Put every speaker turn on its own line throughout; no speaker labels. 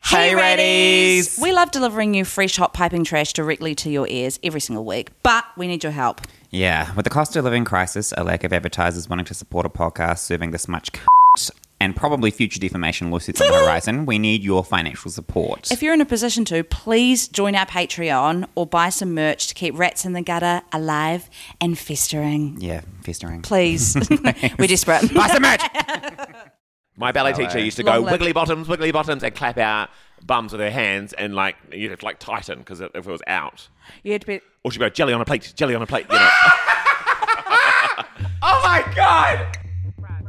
Hey, readies.
We love delivering you fresh, hot piping trash directly to your ears every single week, but we need your help.
Yeah, with the cost of living crisis, a lack of advertisers wanting to support a podcast serving this much c- and probably future defamation lawsuits on the horizon, we need your financial support.
If you're in a position to, please join our Patreon or buy some merch to keep rats in the gutter alive and festering.
yeah, festering.
Please. We're desperate.
Buy some merch!
My ballet
Ballet.
teacher used to
Long
go
live.
wiggly bottoms, wiggly bottoms, and clap out bums with her hands, and like you'd have to like tighten because if it was out,
You had to be.
or she'd go jelly on a plate, jelly on a plate. You know. oh my god!
rat,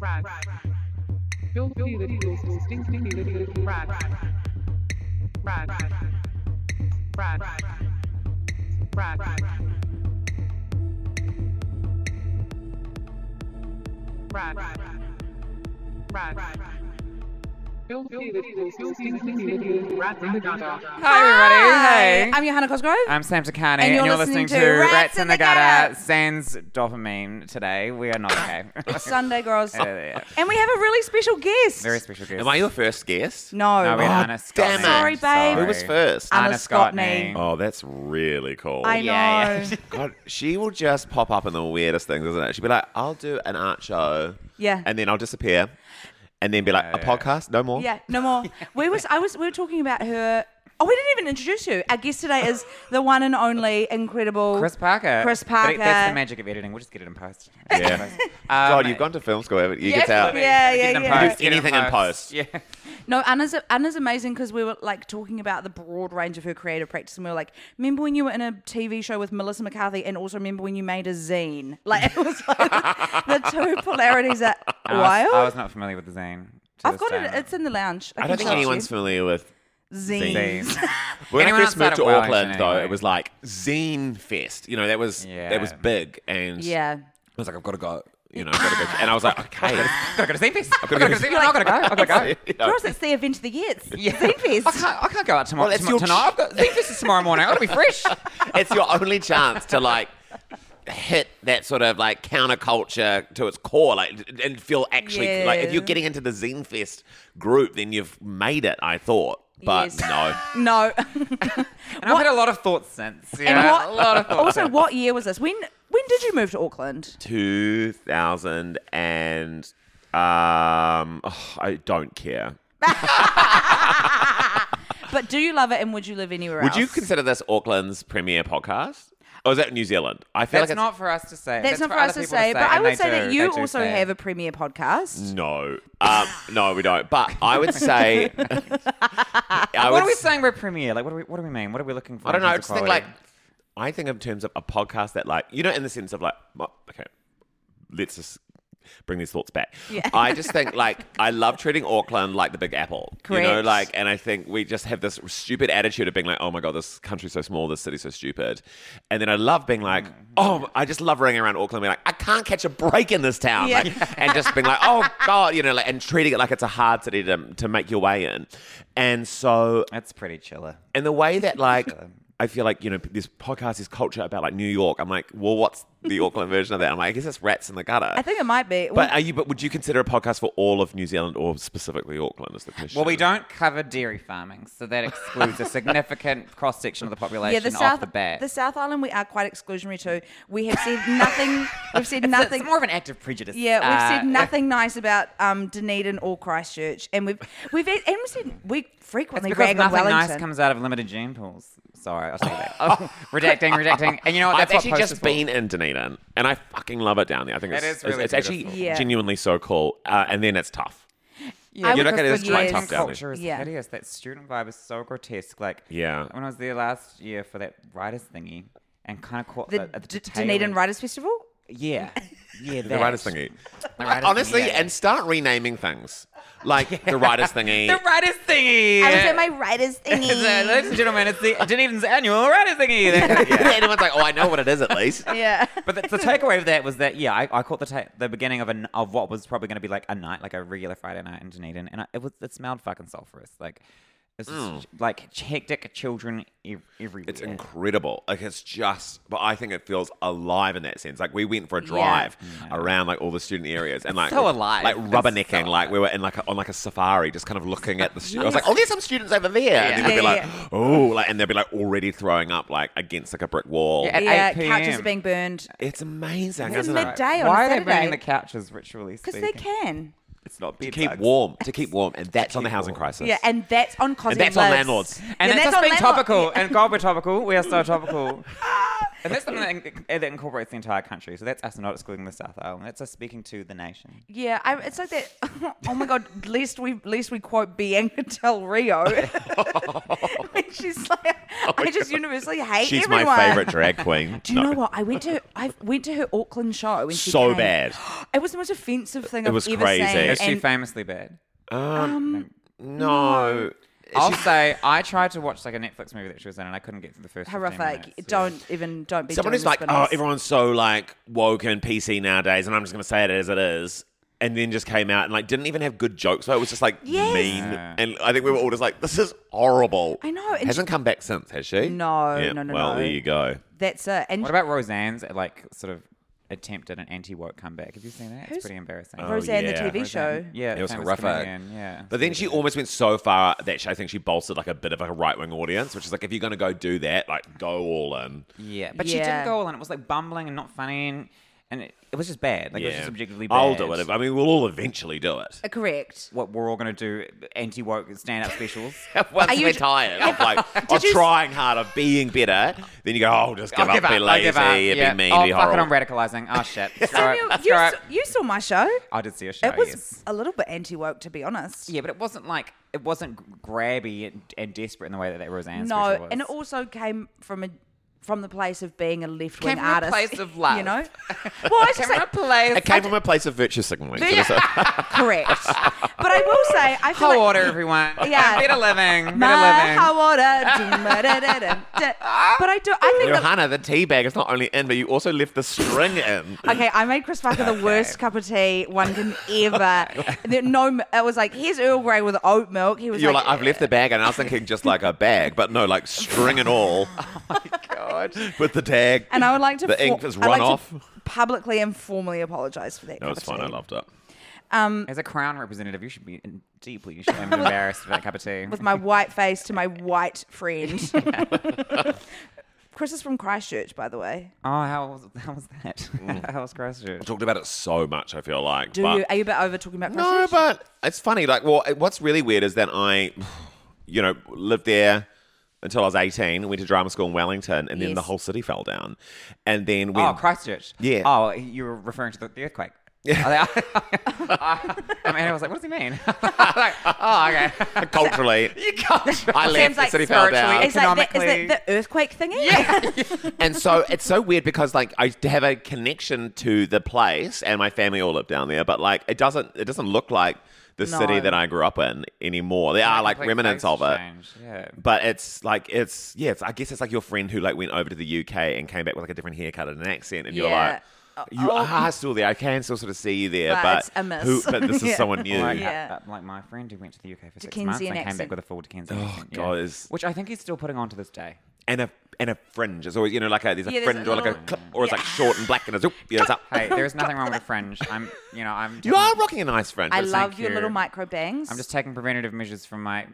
rat, rat. Filthy little, stinky little rat, rat, rat, rat, rat, rat, rat, rat, rat. Filthy little, stinky little rat, rat, rat, rat.
Hi, everybody.
I'm Johanna Cosgrove.
I'm Sam Takani,
And
and
you're
you're,
listening
listening,
to
to
Rats
Rats,
in
in
the
the
Gutter.
Gutter. Sans dopamine today. We are not okay.
Sunday Girls.
Yeah, yeah, yeah.
And we have a really special guest.
Very special guest.
Am I your first guest?
no.
No, we had
Oh,
Anna Scott.
damn it.
Sorry, babe.
Who was first?
Anna
Oh,
Anna
Scottney.
Scottney.
that's really cool.
I know.
Yeah,
Yeah.
yeah.
God, she will just pop up in the weirdest things, isn't it? She'd be like, "I'll do an art show," and then I'll disappear, and then be like, "A podcast, no more."
Yeah, no more. We was I was we were talking about her. Oh, we didn't even introduce you. Our guest today is the one and only incredible
Chris Parker.
Chris
But
Parker.
it- that's the magic of editing. We'll just get it in post. Um,
Yeah. God, you've gone to film school, haven't you? You
Yes,
get out.
I mean,
Yeah,
get
yeah,
it in
yeah.
post,
Do
get it
anything in post.
Yeah.
No, Anna's Anna's amazing because we were like talking about the broad range of her creative practice, and we were like, remember when you were in a TV show with Melissa McCarthy, and also remember when you made a zine. Like it was like the two polarities are
I was,
wild.
I was not familiar with the zine. to
I've
this
got
day.
it. It's in the lounge.
I
can
don't think
show you.
anyone's familiar with.
zines.
Zines.
When
Anyone
I first
outside
moved
of
to
Wellington,
Auckland, though,
anyway.
it was like Zine Fest. You know, that was
Yeah.
that was big, and
Yeah.
I was like, I've got to go. You know, I've got to go. And I was like, okay, I've
Gotta go to Zine Fest. I've
gotta
gotta
go
go to Zine Fest. I've gotta go. I've gotta go.
You know.
Of course, it's the event of the year. It's
Yeah.
Zine
I
Fest.
can't, I can't go out tomorrow.
Well, it's
tomorrow
your
tonight.
ch-
I've got Zine Fest is tomorrow morning. I've got to be fresh.
it's your only chance to like hit that sort of like counterculture to its core, like and feel actually like if
Yeah.
you're getting into the Zine Fest group, then you've made it. I thought, but
Yes.
no.
No.
And I've had a lot of thoughts since. Yeah,
And
a
what,
lot of thoughts.
also, what year was this? When when did you move to Auckland?
2000 and um oh, I don't care.
But do you love it, and would you live anywhere
Would
else?
you consider this Auckland's premier podcast? Or is that New Zealand? I feel
That's
like
not for us to say.
That's, not for
other
us to
people
say, but I
and
would
they
say
do-
that
they
you
do
also
say it.
have a premier podcast.
it's no. Um, no, we don't. But I would say I
What
would
are we
s-
saying? We're premiere. Like, what do we? What do we mean? What are we looking for?
I
in
don't know. I
terms
just
of
think like
quality?
I think in terms of a podcast that like you know in the sense of like mo- okay, let's just bring these thoughts back. I just think like I love treating Auckland like the Big Apple. You know,
Correct.
like and I think we just have this stupid attitude of being like, oh my god, this country's so small, this city's so stupid, and then I love being like,
Mm.
oh, I just love running around Auckland, being like, I can't catch a break in this town,
Yeah.
like, and just being like, oh god, you know, like and treating it like it's a hard city to to make your way in, and so
That's pretty chiller.
and the way that like I feel like you know this podcast is culture about like New York. I'm like, well, what's the Auckland version of that? I'm like, I guess it's rats in the gutter.
I think it might be.
But are you? But would you consider a podcast for all of New Zealand or specifically Auckland? Is the question.
Well, we don't cover dairy farming, so that excludes a significant cross section of the population
yeah, the
off
South,
the bat.
the South Island, we are quite exclusionary too. We have said nothing. We've said
So
nothing.
It's more of an act of prejudice.
Yeah, we've said
Uh,
nothing nice about um, Dunedin or Christchurch, and we've we've e-, and we said we frequently
Because
rag on
nothing
Wellington.
nice comes out of limited gene pools. Sorry, I'll take it back. Oh, redacting, redacting. And you know what?
I've
That's
actually
what
just
posters
been in Dunedin, and I fucking love it down there. I think
That
it's,
is really
it's, it's actually
beautiful.
Yeah.
genuinely so cool. Uh, and then it's tough.
Yeah,
I
You're
would
not gonna
prefer
just try and
years.
talk down it.
culture is
Yeah.
hideous. That student vibe is so grotesque. Like,
Yeah.
When I was there last year for that writers thingy, and kind of caught
The
the, at the
D-
tail
Dunedin
end-
Writers Festival.
Yeah, yeah,
The
that.
writers thingy.
The writers
Honestly,
thingy, yeah.
and start renaming things like the writers thingy.
the writers thingy.
I was at my writers
It's, uh,
thingy.
Mm.
ladies and gentlemen, it's the Dunedin's annual writers thingy.
Anyone's like, oh, I know what it is at least.
yeah.
But the, the takeaway of that was that yeah, I, I caught the ta- the beginning of an of what was probably going to be like a night, like a regular Friday night in Dunedin, and I, it was it smelled fucking sulfurous. Like It's just, like hectic children ev- everywhere.
Mm. It's incredible. Like it's just, but I think it feels alive in that sense. Like we went for a drive around like all the student areas and like
so alive.
like
It's
rubbernecking,
so
like we were in like a, on like a safari, just kind of looking at the. Stu- I was like, oh, there's some students over there, and then
Yeah,
we'd be like,
yeah,
oh, like, and they'd be like already throwing up like against like a brick wall.
Yeah, At
yeah,
8
couches
PM.
are being burned
It's amazing,
It's
isn't it?
midday on a
Why are they
Saturday.
bringing the couches ritually?
because they can.
It's not
To
bed
keep
bugs.
warm, to keep warm, and that's on the housing crisis.
Yeah, and that's on Cosy
and that's on landlords.
And
yeah,
it's
that's
just
on
been
landlord-
topical. And God, we're topical. We are so topical. and that's something that, in- that incorporates the entire country. So that's us not excluding the South Island. That's us speaking to the nation.
Yeah, I, it's like that. Oh my god! Least we, least we quote Bianca Del Rio. When she's like, I just universally hate
Oh She's
everyone.
my favorite drag queen.
Do you
No.
know what? I went to I went to her Auckland show when she
So
came.
bad.
It was the most offensive thing I've
was
ever
crazy.
seen.
Is
Is she
and
famously bad?
No.
I'll say I tried to watch like a Netflix movie that she was in, and I couldn't get through the first. 15
horrific.
minutes.
Don't even don't be.
Someone
doing
who's
the
like, oh,
spin-offs."
everyone's so like woke and PC nowadays, and I'm just gonna say it as it is. And then just came out and like didn't even have good jokes. So it was just like
Yes.
mean. And I think we were all just like, this is horrible.
I know, and
Hasn't come back since, has she?
No,
Yeah,
no, no,
Well,
no.
there you go.
That's it. And
What about Roseanne's like sort of attempt at an anti-woke comeback? Have you seen that? It's pretty embarrassing.
Roseanne,
Oh, yeah,
the TV show.
Yeah,
It was
famous
horrific.
comedian, Yeah,
But then she almost went so far that she, I think she bolstered like a bit of like a right wing audience, which is like, if you're gonna go do that, like go all in.
Yeah, but she
Yeah.
didn't go all in. It was like bumbling and not funny, and, and it, it was just bad. Like it was just objectively bad.
I'll do it. I mean, we'll all eventually do it.
Uh, correct.
What we're all gonna do anti woke stand up specials.
Once
Are you-
we're tired of like of
you s-
trying hard, of being better, then you go, oh, just give
I'll
up,
give
be
up. I'll
lazy,
give up.
be
yeah.
mean,
oh,
be
fuck it,
horrible.
I'm radicalising. Oh shit. Sorry.
Samuel,
That's
you,
right.
s- you saw my show.
I did see a show.
It was
yes.
a little bit anti woke, to be honest.
Yeah, but it wasn't like it wasn't g- grabby and, and desperate in the way that that Roseanne
No,
special was.
and it also came from a from the place of being a left wing
Came from a
artist.
place of love.
you know. Well, I just
came from
like,
a place.
It came from a place of virtue signaling. So it's like-
correct, but I will say I feel
Hot
like,
water, everyone.
Yeah.
Better living.
My hot
Better
water, do my da da da da. But I do. I think. that
Johanna, the tea bag is not only in, but you also left the string in.
Okay, I made Chris Parker the worst cup of tea one can ever. There- no, it was like here's Earl Grey with oat milk. He was
You're like, I've left the bag, and I was thinking just like a bag, but no, like string and all. oh my god! With the tag,
and I would like to.
The
for-
ink has
I'd
run
like to
off.
Publicly and formally apologise for that.
No,
cup
it's
of
fine. I
tea.
loved it.
living. As a crown representative, you should be in- deeply ashamed and embarrassed for that cup of tea.
with my white face to my white friend. Chris is from Christchurch, by the way.
Oh, how was, how was that?
Mm.
how was Christchurch?
Talked about it so much. I feel like.
Do
but-
you are you a bit over talking about
No,
Christchurch?
but it's funny. Like, well, it- what's really weird is that I, you know, lived there until I was 18, went to drama school in Wellington, and then
Yes.
the whole city fell down. And then when.
Oh, Christchurch.
Yeah.
Oh, you were referring to the, the earthquake. Yeah. I mean, I was like, what does he mean? like, oh, okay.
Culturally, I left,
Sam's
the
like
city fell
spiritually-
down.
It's like the,
Economically-
is that the earthquake thingy? Yeah.
and so it's so weird because, like, I have a connection to the place, and my family all live down there, but, like, it doesn't, it doesn't look like the
No.
city that I grew up in anymore. There are, like,
Complete
remnants
face
of it.
change, Yeah.
But it's like it's yeah, it's I guess it's like your friend who like went over to the UK and came back with like a different haircut and an accent, and
Yeah. Oh,
you're like, you are still there. I can still sort of see you there,
But
but
it's a miss.
who? But this is
Yeah. Oh
someone new.
Or Like,
Yeah.
uh, like my friend who went to the UK for six
Dickensian
months and came
accent.
back with a full Dickensian
Oh,
accent. yeah.
God, it's-
Which I think he's still putting on to this day.
And a and a fringe. It's always you know like a, there's a
Yeah, there's a
fringe or like a
little-
clip, or it's
yeah.
like short and black and it's oop, you know, it's up.
Hey, there's nothing wrong with a fringe. I'm, you know, I'm.
You are rocking a nice fringe.
I
It's-
love your
you.
little micro bangs.
I'm just taking preventative measures from my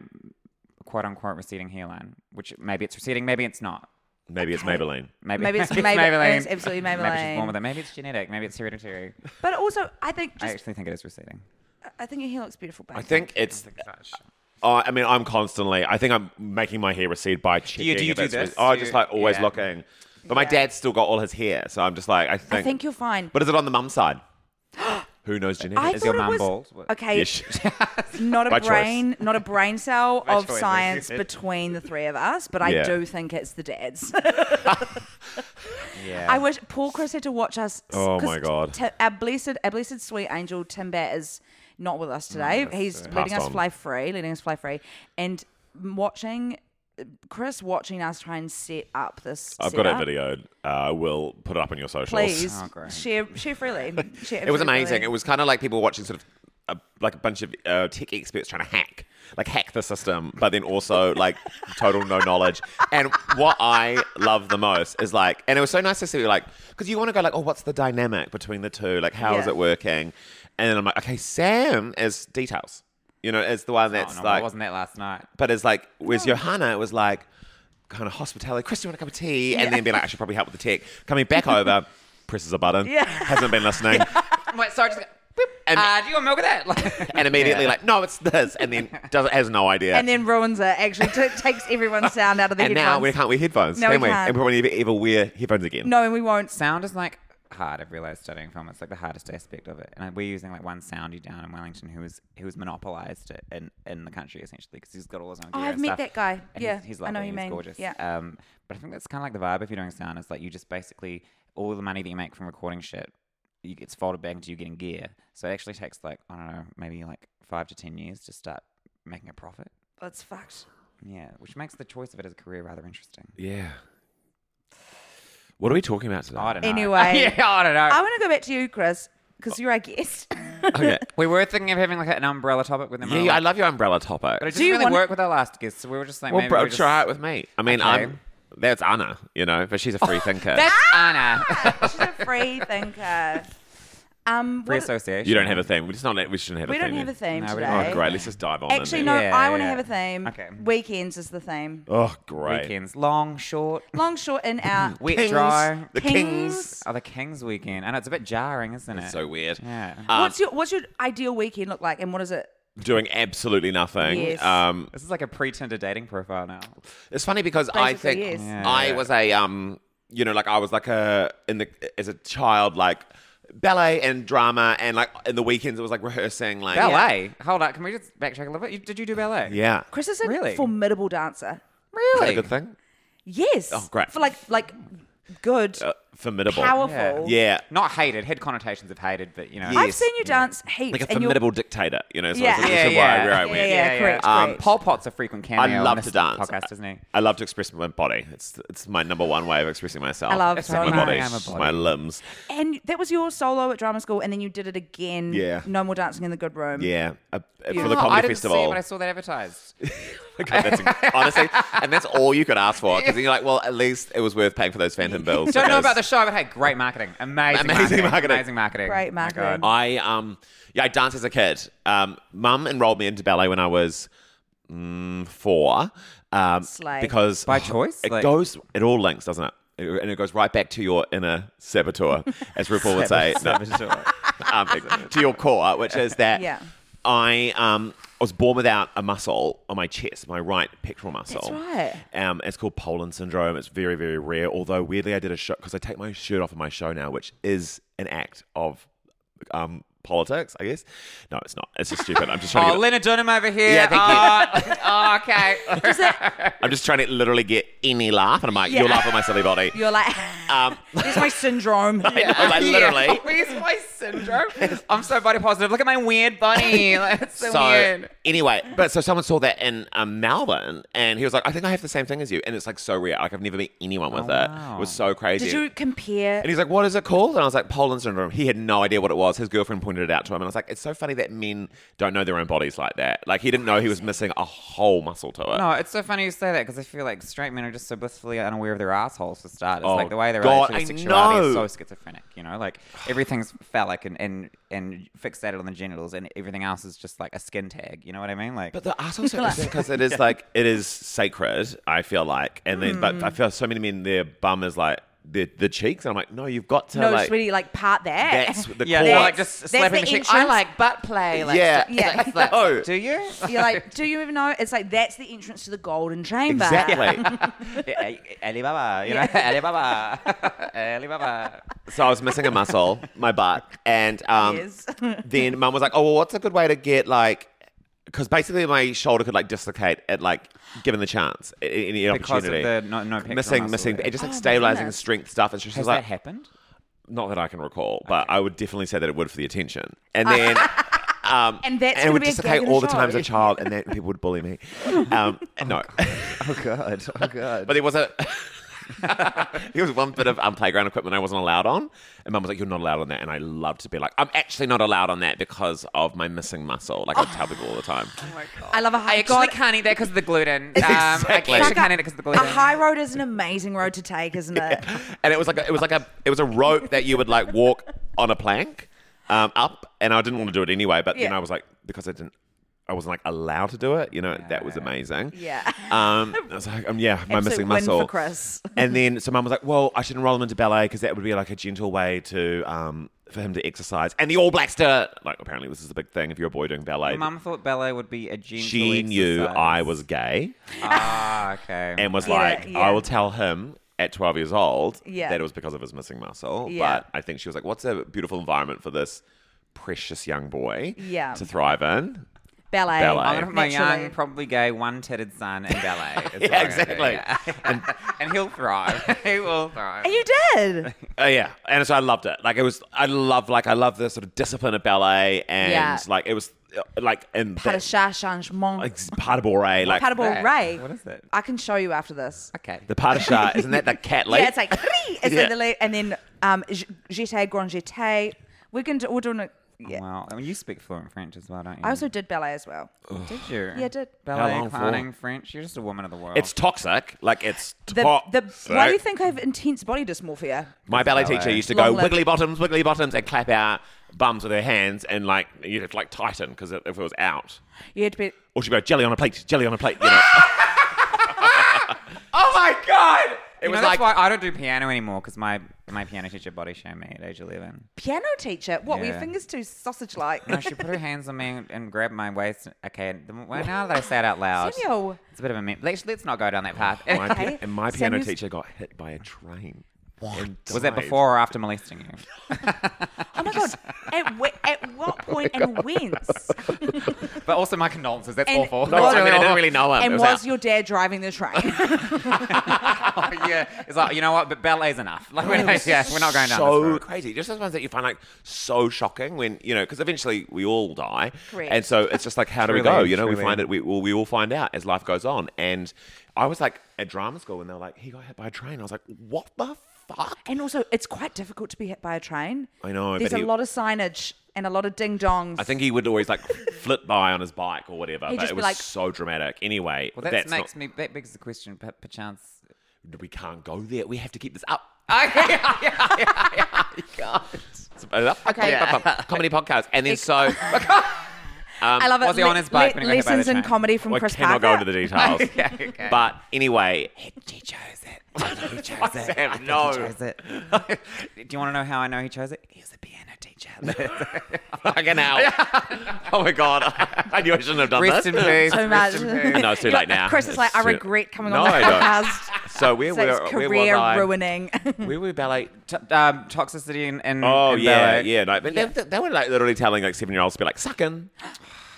quote unquote receding hairline, which maybe it's receding, maybe it's not.
maybe it's Maybelline.
Maybe,
Maybe it's Maybe- it's absolutely
Maybe she's
Maybelline.
born with it. Maybe it's genetic. Maybe it's hereditary.
But also, I think
I
just
actually think it is receding.
I think your hair looks beautiful. Babe.
I think it's. Uh, I mean, I'm constantly. I think I'm making my hair recede by checking.
you- do you
if
do
it's-
this?
Oh,
Do
just
you-
like always
yeah.
looking. But my dad's still got all his hair, so I'm just like, I think.
I think you're fine.
But is it on the mum's side? Who knows genetics?
I
Is your
thought it
mum
was-
bald? What-
Okay,
Yes.
not
By
a
choice.
brain, not a brain cell
By
of
choice, as you
science
said.
between the three of us, but I
Yeah.
do think it's the dads.
Yeah.
I wish poor Chris had to watch us.
Oh
'cause
my God.
Ti- our blessed, our blessed sweet angel Timbat is not with us today. He's letting
Mm, Passed
us
on.
fly free, letting us fly free, and watching Chris watching us try and set up this.
I've got it
setup.
videoed. Uh, I will put it up on your socials.
Please
Oh, great.
share, share freely. Share
It was
freely.
amazing. It was kind of like people watching sort of a, like a bunch of uh, tech experts trying to hack. like hack the system, but then also like total no knowledge. And what I love the most is like, and it was so nice to see like, because you want to go like, oh, what's the dynamic between the two? Like, how is
Yeah.
it working? And then I'm like, okay, Sam is details. You know, is the one that's
oh, no,
like,
it wasn't that last night.
but it's like, whereas
Oh.
Johanna was like, kind of hospitality, Chris, do you want a cup of tea? And then be like, I should probably help with the tech. Coming back over, presses a button,
Yeah. Uh,
hasn't been listening.
Wait, sorry, just. uh,
And-
do you want milk of that?
And immediately, like, no, it's this. And then doesn't, has no idea.
and then ruins it. Actually, t- takes everyone's sound out of the
And now
headphones.
we can't wear headphones,
No,
can
we
we?
can't.
And we probably never ever wear headphones again.
no, and we won't.
sound is like hard. I've realized studying film, it's like the hardest aspect of it. And we're using like one soundy down in Wellington who was who was monopolized it in in the country essentially because he's got all his own. gear
Oh, I've
and
met
stuff.
that guy.
And
Yeah,
he's, he's
I
lovely.
know who
and
you
he's
mean.
gorgeous.
Yeah.
Um, but I think that's kind of like the vibe if you're doing sound is like you just basically all the money that you make from recording shit. You, it's folded back into you getting gear. So it actually takes like, I don't know, maybe like five to 10 years to start making a profit.
That's fucked.
Yeah, which makes the choice of it as a career rather interesting.
Yeah. What are we talking about today?
I don't know.
Anyway.
yeah, I don't know.
I want to go back to you, Chris, because you're our guest.
Okay.
we were thinking of having like an umbrella topic with them.
Oh, yeah, yeah, I love your umbrella topic.
But it
Do
didn't
you
really
wanna-
work with our last guest, so we were just like,
Well,
maybe
bro,
we just...
try it with me. I mean,
Okay.
I'm. That's Anna, you know, but she's a
Oh,
free thinker.
That's
Ah!
Anna.
She's a free thinker. Um,
Free
what-
association.
you don't have a theme. We just not. We shouldn't have
we
a theme.
don't have a
then.
theme
No, we
today.
don't have a
Oh, great. Let's just dive on.
Actually,
then.
no.
Yeah,
I want to
yeah.
have a theme.
Okay.
Weekends is the theme.
Oh, great.
Weekends, long, short,
Long, short, and out.
wet,
Kings.
dry.
The
Kings.
Kings.
Oh, the King's weekend. I know it's a bit jarring, isn't it?
So weird.
Yeah.
Um,
what's your What's your ideal weekend look like, and what is it?
doing absolutely nothing.
Yes.
Um,
This is like a pre-Tinder dating profile now.
it's funny because I
Basically,
think
yes. Yeah.
I was a um, you know, like I was like a in the as a child like ballet and drama and like in the weekends it was like rehearsing like
Ballet. Hold up. Can we just backtrack a little bit? You, did you do ballet?
yeah.
Chris is a
Really?
formidable
Is
dancer.
that
Really?
a good thing?
Yes.
Oh, great.
For like like good,
Uh, formidable.
powerful.
Yeah.
Not hated. Had connotations of hated, but you know.
Yeah.
I've
Yes.
seen you dance heaps.
Like a
and you're-
formidable dictator, you know. So
Yeah.
it's like,
Yeah,
this is
yeah.
why where I
Yeah,
went.
yeah, correct,
Um,
correct.
Paul Pot's a frequent cameo.
I
on
love
this
to dance.
Podcast, isn't he?
I love to express my body. It's it's my number one way of expressing myself.
I love
It's
to
my
dance.
body,
I am a body.
my limbs.
And that was your solo at drama school, and then you did it again.
Yeah.
No more dancing in the good room.
Yeah, uh, for
Oh,
the comedy
I didn't
festival.
See it, but I saw that advertised.
God, that's inc- honestly, and that's all you could ask for because you're like, well, at least it was worth paying for those phantom bills.
Don't know
because-
about the show, but hey, great marketing. Amazing,
Amazing
marketing.
marketing.
Amazing marketing.
Great
My God.
marketing.
I um yeah, I danced as a kid. Um, mum enrolled me into ballet when I was mm, four. Um,
Slay.
because
By choice?
it
Like-
goes. It all links, doesn't it? It- And it goes right back to your inner saboteur, as RuPaul would say. No, um, to your core, which is that
Yeah.
I um, was born without a muscle on my chest, my right pectoral muscle.
right.
Um, it's called Poland syndrome. It's very, very rare. Although weirdly, I did a show because I take my shirt off in my show now, which is an act of um, politics, I guess. No, it's not. It's just stupid. I'm just trying
Oh,
to. Get,
Leonard Dunham over here.
Yeah, thank
oh, oh, okay.
I'm just trying to literally get any laugh, and I'm like,
Yeah.
you'll laugh at my silly body.
You're like,
Um,
there's my syndrome.
I know, like, literally.
Yeah. Where's my syndrome? I'm so body positive. Look at my weird bunny. That's so, weird.
anyway, but so someone saw that in um, Melbourne, and he was like, "I think I have the same thing as you," and it's like so rare. Like I've never met anyone with
Oh,
it.
wow.
It was so crazy.
Did you compare?
and he's like, "What is it called?" And I was like, "Poland syndrome." He had no idea what it was. His girlfriend pointed it out to him, and I was like, "It's so funny that men don't know their own bodies like that." Like he didn't know he was missing a whole muscle to it.
No, it's so funny you say that because I feel like straight men are just so blissfully unaware of their assholes for starters.
Oh,
like the way they
God,
relate to their
I
sexuality is so
know.
schizophrenic. You know, like everything's phallic and, and and fixated on the genitals, and everything else is just like a skin tag. You know what I mean? Like,
But the asshole syndrome because it is like it is sacred. I feel like, and then but
Mm.
I feel so many men their bum is like their the cheeks. And I'm like, no, you've got to
no,
like
sweetie, like part that.
that's the
yeah,
core.
they're like
That's- that's
just slapping
the
the cheek. I
entrance.
like butt play. Like,
Yeah.
it's like-
Yeah.
it's like,
No.
do you?
You're like, do you even know? It's like that's the entrance to the golden chamber.
exactly.
Yeah, Alibaba, you know, eh, Alibaba, Alibaba.
So I was missing a muscle, my butt, and um,
Yes.
then mum was like, "Oh, well, what's a good way to get like?" Because basically, my shoulder could like dislocate at like given the chance, a- a- any
Because of
opportunity.
the no, no pectoral
missing,
muscle
missing,
there.
it just like
Oh, my
stabilizing the
goodness.
strength stuff, and she was
Has
just
that
like,
happened?
"Not that I can recall, but I would definitely say that it would for the attention." And then. Um,
Uh, And that's
it
gonna
would
be a
dislocate
gag in a
all the time as
show.
a child, and then people would bully me. Um, no,
Oh god! Oh god!
but there was a there was one bit of um, playground equipment I wasn't allowed on, and Mum was like, "You're not allowed on that." And I loved to be like, "I'm actually not allowed on that because of my missing muscle." Like I tell people all the time.
I love a high
I actually
God,
can't eat that because of the gluten. Um, I
Exactly.
actually
Fuck
can't
up.
eat it because of the gluten.
A high road is an amazing road to take, isn't it?
and it was like a, it was like a it was a rope that you would like walk on a plank um, up, and I didn't want to do it anyway. But then
Yeah.
I was like, because I didn't, I wasn't like allowed to do it. You know, that was
Yeah.
amazing.
Yeah.
Um, I was like, um, yeah, my
Absolute
missing
win for
muscle.
Chris.
and then so mum was like, well, I should enroll him into ballet because that would be like a gentle way to um, for him to exercise. And the All Blacks did it. Like apparently this is a big thing if you're a boy doing ballet.
Mum thought ballet would be a gentle
she knew
exercise.
I was gay
Ah, okay.
and was
Yeah,
like,
yeah.
I will tell him at 12 years old
Yeah.
that it was because of his missing muscle.
Yeah.
But I think she was like, what's a beautiful environment for this precious young boy
Yeah.
to thrive in?
Ballet.
Ballet.
I'm gonna put my
Naturally.
young, probably gay, one-titted son in ballet.
Yeah,
It's what I'm gonna do,
exactly.
yeah. And, he'll thrive. he will thrive.
You did.
Oh yeah, and so I loved it. Like it was, I love like I love the sort of discipline of ballet, and
Yeah.
like it was uh, like and
Had a
that-
sha changement.
like pas de bourrée, like
Had a ball
that?
ray.
What is it?
I can show you after this.
Okay.
the pas de chat. Isn't that the cat? Late?
Yeah, it's like it's
Yeah.
like the late, and then um, j- jeté grand jeté. We're going to we're doing a. Yeah.
Wow. I mean, you speak fluent French as well, don't you?
I also did ballet as well.
did you?
Yeah, I did.
How
Ballet,
long for?
clowning, French. You're just a woman of the world.
It's toxic. Like it's
The, the,
toxic.
why do you think I have intense body dysmorphia?
My ballet
Ballet.
teacher used to
Long
go
leg.
wiggly bottoms, wiggly bottoms, and clap out bums with her hands, and like you'd have to like tighten because if it was out,
You had to be.
or she'd go jelly on a plate, jelly on a plate. You know,
Oh my god! It
was
was
like-
like why I don't do piano anymore because my my piano teacher body shamed me at age eleven.
Piano teacher, what were your
Yeah.
fingers too sausage like?
No, she put her hands on me and, and grabbed my waist. Okay, the, well, now that I say it out loud,
Samuel.
it's a bit of a meme. Let's, let's not go down that path.
my pi-
Okay.
and my piano
Samuel's-
teacher got hit by a train. What
was that before or after molesting you?
Oh my god! At, wh- at
Oh
what point and whence?
But also my condolences. That's
And-
awful.
No,
That's
I mean I
really
didn't really know him.
and
it
was,
was out.
your dad driving the train?
awful. yeah, it's like you know what? But ballet's enough. Like we're,
It was
not- yeah, we're not going down
so
this road.
crazy. Just those ones that you find like so shocking when you know, because eventually we all die,
Correct.
and so it's just like how do we
Truly,
go? You know, we
truly.
find it. We well, we all find out as life goes on. And I was like at drama school, and they were like, "He got hit by a train." I was like, "What the fuck?"
and also, it's quite difficult to be hit by a train.
I know,
There's
but
a
he-
lot of signage and a lot of ding dongs.
I think he would always like flip by on his bike or whatever,
He'd
but
just
it
be
was
like-
so dramatic. Anyway,
Well, that
that's
makes me. That begs the question, per- perchance.
not, we can't go there. We have to keep this up. okay, comedy podcast, and then so
I love it.
Was he on his bike when he got hit by the
lessons in
train?
comedy from
I
Chris
cannot
Parker.
go into the details.
Yeah, okay.
But anyway,
He chose it. I know he chose it.
Sam,
I think
no.
He chose it. Do you want to know how I know he chose it? He was a piano teacher.
fucking hell. oh my god, I knew I shouldn't have done
Rest in
that.
peace.
So much.
rest in peace.
No, it's too late now.
Chris is like, I
It's too-
regret coming
No,
on
I
the
don't.
podcast.
So where
so it's
were where was
career
I?
ruining.
Where were ballet?
T- um, toxicity and, and
Oh
and
yeah,
ballet.
yeah. No, but They, they were like literally telling like seven year olds to be like sucking,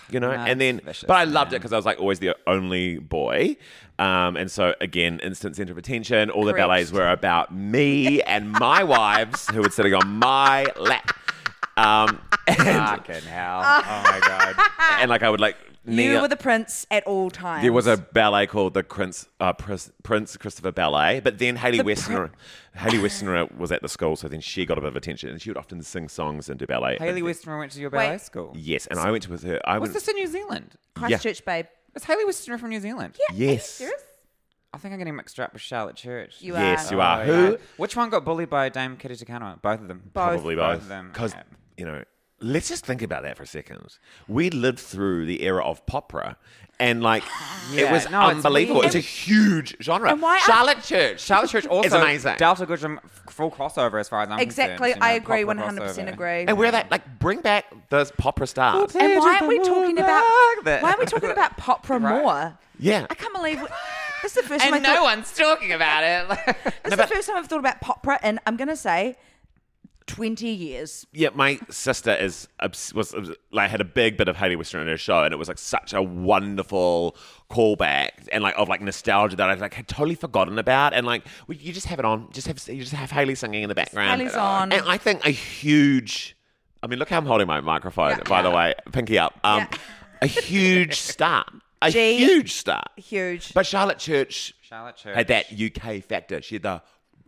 you know.
No,
and then,
it's vicious,
but I loved it
man.
because I was like always the only boy, um, and so again, instant center of attention. All the
Correct.
ballets were about me and my wives who were sitting on my lap, um, and,
Fucking hell! Oh my god!
and like I would like.
you
kneel-
were the prince at all times.
There was a ballet called the Prince, uh, Prince, Prince Christopher Ballet, but then Haley Westerner, Haley Westerner was at the school, so then she got a bit of attention, and she would often sing songs and do ballet.
Haley
And-
Westerner went to your ballet
Wait.
school.
Yes, and I went with her. I
Was
was
this in New Zealand?
Christchurch babe.
It's Haley Westerner from New Zealand?
yes,
Serious?
I think I'm getting mixed up with Charlotte Church.
You
yes,
are.
you are.
Oh,
Who?
yeah. Which one got bullied by Dame Kitty Takano? Both of them.
Both.
Probably
Both
both,
of them,
because
yeah.
you know. Let's just think about that for a second. We lived through the era of popra, and like it
Yeah,
was
no, it's
unbelievable. It's,
weird.
a huge genre.
And why-
Charlotte Church?
Charlotte Church also
amazing.
Delta Goodrum f- full crossover as far as I'm
Exactly.
concerned. you know,
I agree.
proper
One hundred percent
crossover.
agree.
and we're that like bring back those popra stars.
And why aren't we
Legend
talking
of
about
Baghdad.
why are we talking about Popra
Right.
more?
Yeah.
I can't believe this is the first time I
And
thought,
no one's talking about it.
this is the first time I've thought about Popra in I'm gonna say twenty years.
Yeah, my sister is obs- was obs- like had a big bit of Haley Western in her show, and it was like such a wonderful callback and like of like nostalgia that I like had totally forgotten about, and like well, you just have it on, just have you just have Haley singing in the background.
Hayley's on.
and I think a huge. I mean, look how I'm holding my microphone.
Yeah.
By the way, pinky up. Um,
Yeah.
a huge start a
She-
huge star.
Huge.
But Charlotte Church
Charlotte Church.
had that UK factor. She had the,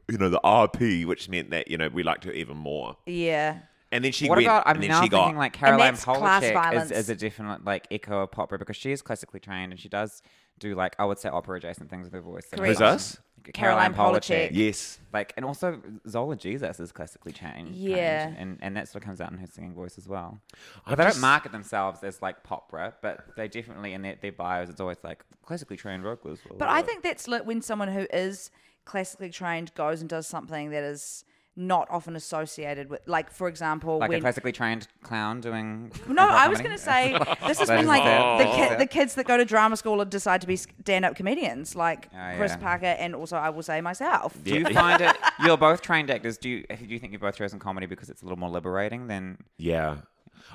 you know, the RP, which meant that you know we liked her even more.
yeah.
And then she
What
went,
about? I'm
and then
now
she
thinking
got
like Caroline
that's class
Polachek
violence.
is, is a definite like echo of pop opera because she is classically trained and she does do like I would say opera adjacent things with her voice. So
Correct.
Who's us?
Caroline
Caroline
Polachek.
Polachek.
yes.
Like and also Zola Jesus is classically trained.
Yeah.
trained, and and that sort of comes out in her singing voice as well.
I
they
just-
don't market themselves as like pop rap, but they definitely in their, their bios it's always like classically trained vocalist.
But I think that's lit when someone who is classically trained goes and does something that is not often associated with, like, for example,
like a
when.
classically trained clown doing.
no,
improv
I was
comedy.
going to say this has
That
been
is
like
fair.
the,
That is
ki-
fair.
the kids that go to drama school and decide to be stand-up comedians, like
Ah,
Chris
yeah.
Parker and also I will say myself.
Do you find it? You're both trained actors. Do you? Do you think you both chosen comedy because it's a little more liberating than?
Yeah.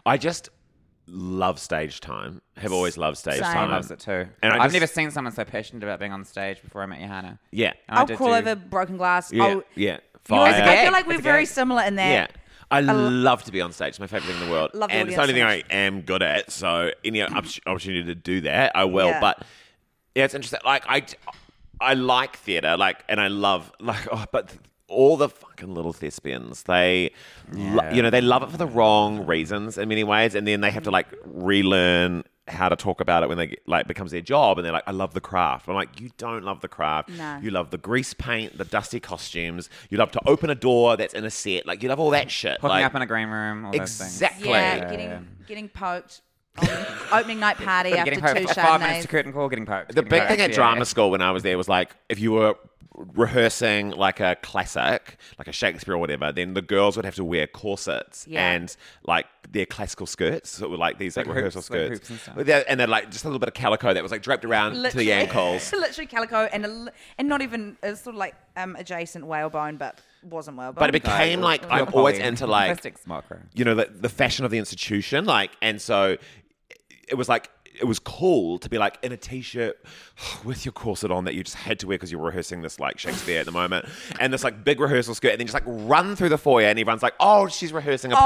I just love stage time. Have always loved stage
Same.
I
time.
loves it too.
And I
I've
just-
never seen someone so passionate about being on stage before I met you, Hannah.
Yeah.
And I
I'll
did
crawl
do-
over broken glass.
Yeah.
I'll,
yeah.
You always-
Fire.
I
gag.
feel like
It's
we're
a
very
gag.
similar in that.
Yeah. I love to be on stage. It's my favorite thing in the world.
Love the
and it's the only
audience
thing
so
I am good at. So any opp- opportunity to do that, I will.
Yeah.
But yeah, it's interesting. Like I, I like theater. Like, and I love like, oh, but all the fucking little thespians, they, lo-
Yeah.
you know, they love it for the wrong reasons in many ways, and then they have to like relearn how to talk about it when they get, like becomes their job and they're like i love the craft i'm like you don't love the craft
No.
you love the grease paint the dusty costumes you love to open a door that's in a set like you love all that shit
hooking
like,
up in a green room. All
Exactly.
Yeah,
Yeah,
getting
yeah.
getting poked. on opening night party
Those things.
after
Getting poked
two
for five minutes to
Chardonnays.
curtain call, getting poked.
The
getting
big
poked,
thing at
yeah.
drama school when I was there was like if you were rehearsing like a classic, like a Shakespeare or whatever, then the girls would have to wear corsets
Yeah.
and like their classical skirts. So it were like these like,
Like
rehearsal
hoops, like
skirts.
hoops and stuff.
With that- and they're like just a little bit of calico that was like draped around to the ankles.
literally calico and a, li- and not even it's sort of like um adjacent whalebone, but wasn't whalebone.
But it became like
Pure
I'm always
poly.
into like
plastic smoker.
you know, the, the fashion of the institution. Like, and so it was like, it was cool to be like in a t-shirt with your corset on that you just had to wear because you were rehearsing this like Shakespeare at the moment, and this like big rehearsal skirt, and then just like run through the foyer, and everyone's like, "Oh, she's rehearsing a
Oh,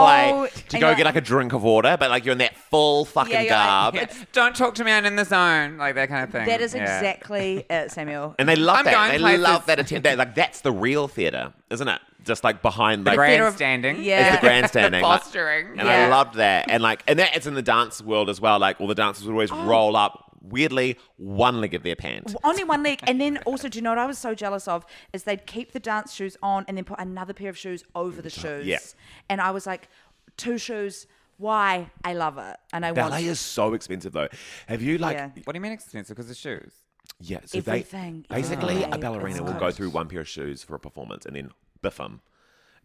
play," to
and
go
you're
get like
like-
a drink of water, but like you're in that full fucking
Yeah, you're like-
garb,
Yeah. Don't talk to me. I'm in the zone. Like that kind of thing.
that is
Yeah.
exactly it, Samuel.
and they love
I'm
that.
going
They
places.
love that attempt. That, like that's the real theater, isn't it? Just like behind like
The
Theatre of-
grandstanding.
Yeah.
It's the grandstanding. like-
posturing.
and I
Yeah.
loved that. And like, and that is in the dance world as well. Like, all the dancers would always roll up, weirdly, one leg of their pant.
Only Oh. one leg, and then also, do you know what I was so jealous of? Is they'd keep the dance shoes on and then put another pair of shoes over the shoes.
yeah.
And I was like, two shoes. Why? I love it, and I want
Ballet is so expensive, though. Have you like, yeah?
Yeah.
What do you mean expensive? Because of shoes.
so they-
Everything.
basically,
Oh
a
my
ballerina will go
gosh.
through one pair of shoes for a performance and then biff them.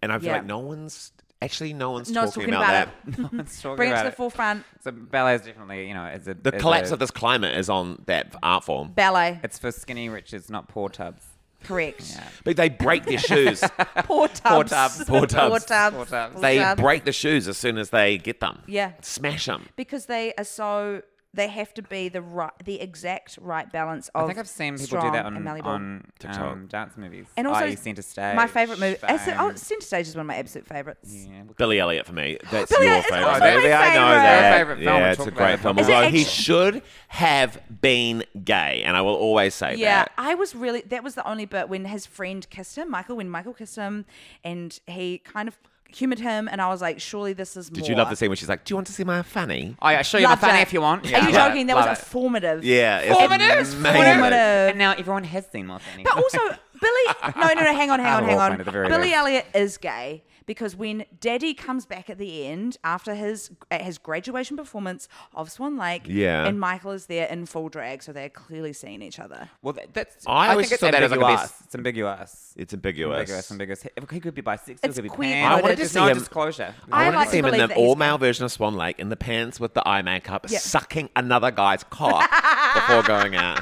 And I feel
Yeah.
like no one's actually no one's
No one's
talking,
talking
about,
about
that.
No one's talking
bring it
about
to the forefront.
So ballet is definitely, you know, it's a
The
it's
collapse
a-
of this climate is on that art form.
Ballet,
It's for skinny riches, not poor tubs.
correct.
But they break their shoes.
Poor tubs. Poor
tubs.
Poor tubs.
Poor tubs.
Poor tubs.
they
tubs.
break the shoes as soon as they get them.
Yeah.
smash them.
because they are so they have to be the right the exact right balance of
I think I've seen people do
strong
that
and
on,
malleable.
on
TikTok.
um, dance movies.
and also
i.e. Centre Stage.
my favorite movie I said- oh,
Fame.
center stage is one of my absolute favorites
Yeah, look-
Billy Elliot for me. That's
Billy
your
Elliot's
favorite.
also my
I know
favourite.
that.
Our favourite film,
Yeah,
we
it's a
talked
great
about
film.
it.
Is it
Although he
actually-
should have been gay, and I will always say
Yeah,
that.
I was really. That was the only bit when his friend kissed him, Michael. When Michael kissed him, and he kind of humored him, and I was like, "Surely this is."
Did you love the scene where she's like, "Do you want to see my funny?"
Oh, yeah, show you my fanny
it.
if you want.
Are
Yeah.
you
Love
joking?
it,
That was
love it.
formative.
Yeah, it's
Formative,
amazing.
formative. Uh,
and now everyone has seen my fanny.
But also, Billy. No, no, no. Hang on, hang on,
We're
hang
all fine at the very
on. Billy
end.
Elliot is gay because when Daddy comes back at the end after his at his graduation performance of Swan Lake,
Yeah.
and Michael is there in full drag, so they're clearly seeing each other.
well, that, that's.
I
I,
always
think it's
saw that as
ambiguous.
like a best-
It's ambiguous.
It's ambiguous.
Ambiguous, ambiguous. He, he could be bisexual. He
It's
could be
queer
pan.
I wanted to
There's
see
no
him-
disclosure.
I
I want to
like to
see him in
believe
the
that he's
all-male version of Swan Lake in the pants with the eye makeup,
Yeah.
sucking another guy's cock before going out.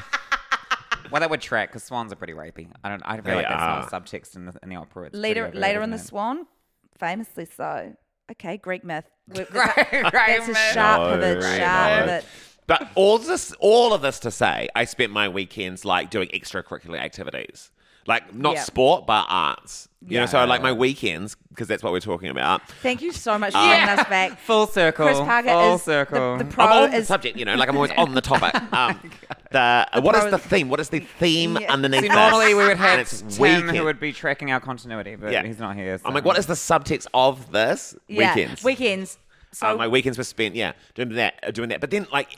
Well, that would track because swans are pretty rapey. I don't. I feel
They
like that's not
are.
a subtext in the, in the opera. It's pretty
Later,
overt,
later in
isn't
the
it?
Swan, famously so. Okay, Greek myth. Greek
Greek
That's a
myth.
sharp
No,
pivot.
Greek
Sharp
myth.
pivot.
But all this, all of this to say, I spent my weekends like doing extracurricular activities. Like not
Yeah.
sport, but arts. You know, so I like
Yeah.
my weekends because that's what we're talking about.
Thank you so much for bringing us back.
Full circle.
Chris Parker
full
is the-
circle.
the pro-
I'm on
is-
the subject, you know, like I'm always on the topic. Um, the, what
pro
is the
is-
theme? What is the theme
Yeah.
underneath?
See,
this?
normally we would
And
have
it's
Tim
weekend.
who would be tracking our continuity, but
Yeah.
he's not here. So.
I'm like, what is the subtext of this?
Yeah.
Weekends.
Weekends. So
Uh,
Oh.
my weekends were spent, yeah, doing that, uh, doing that. But then, like,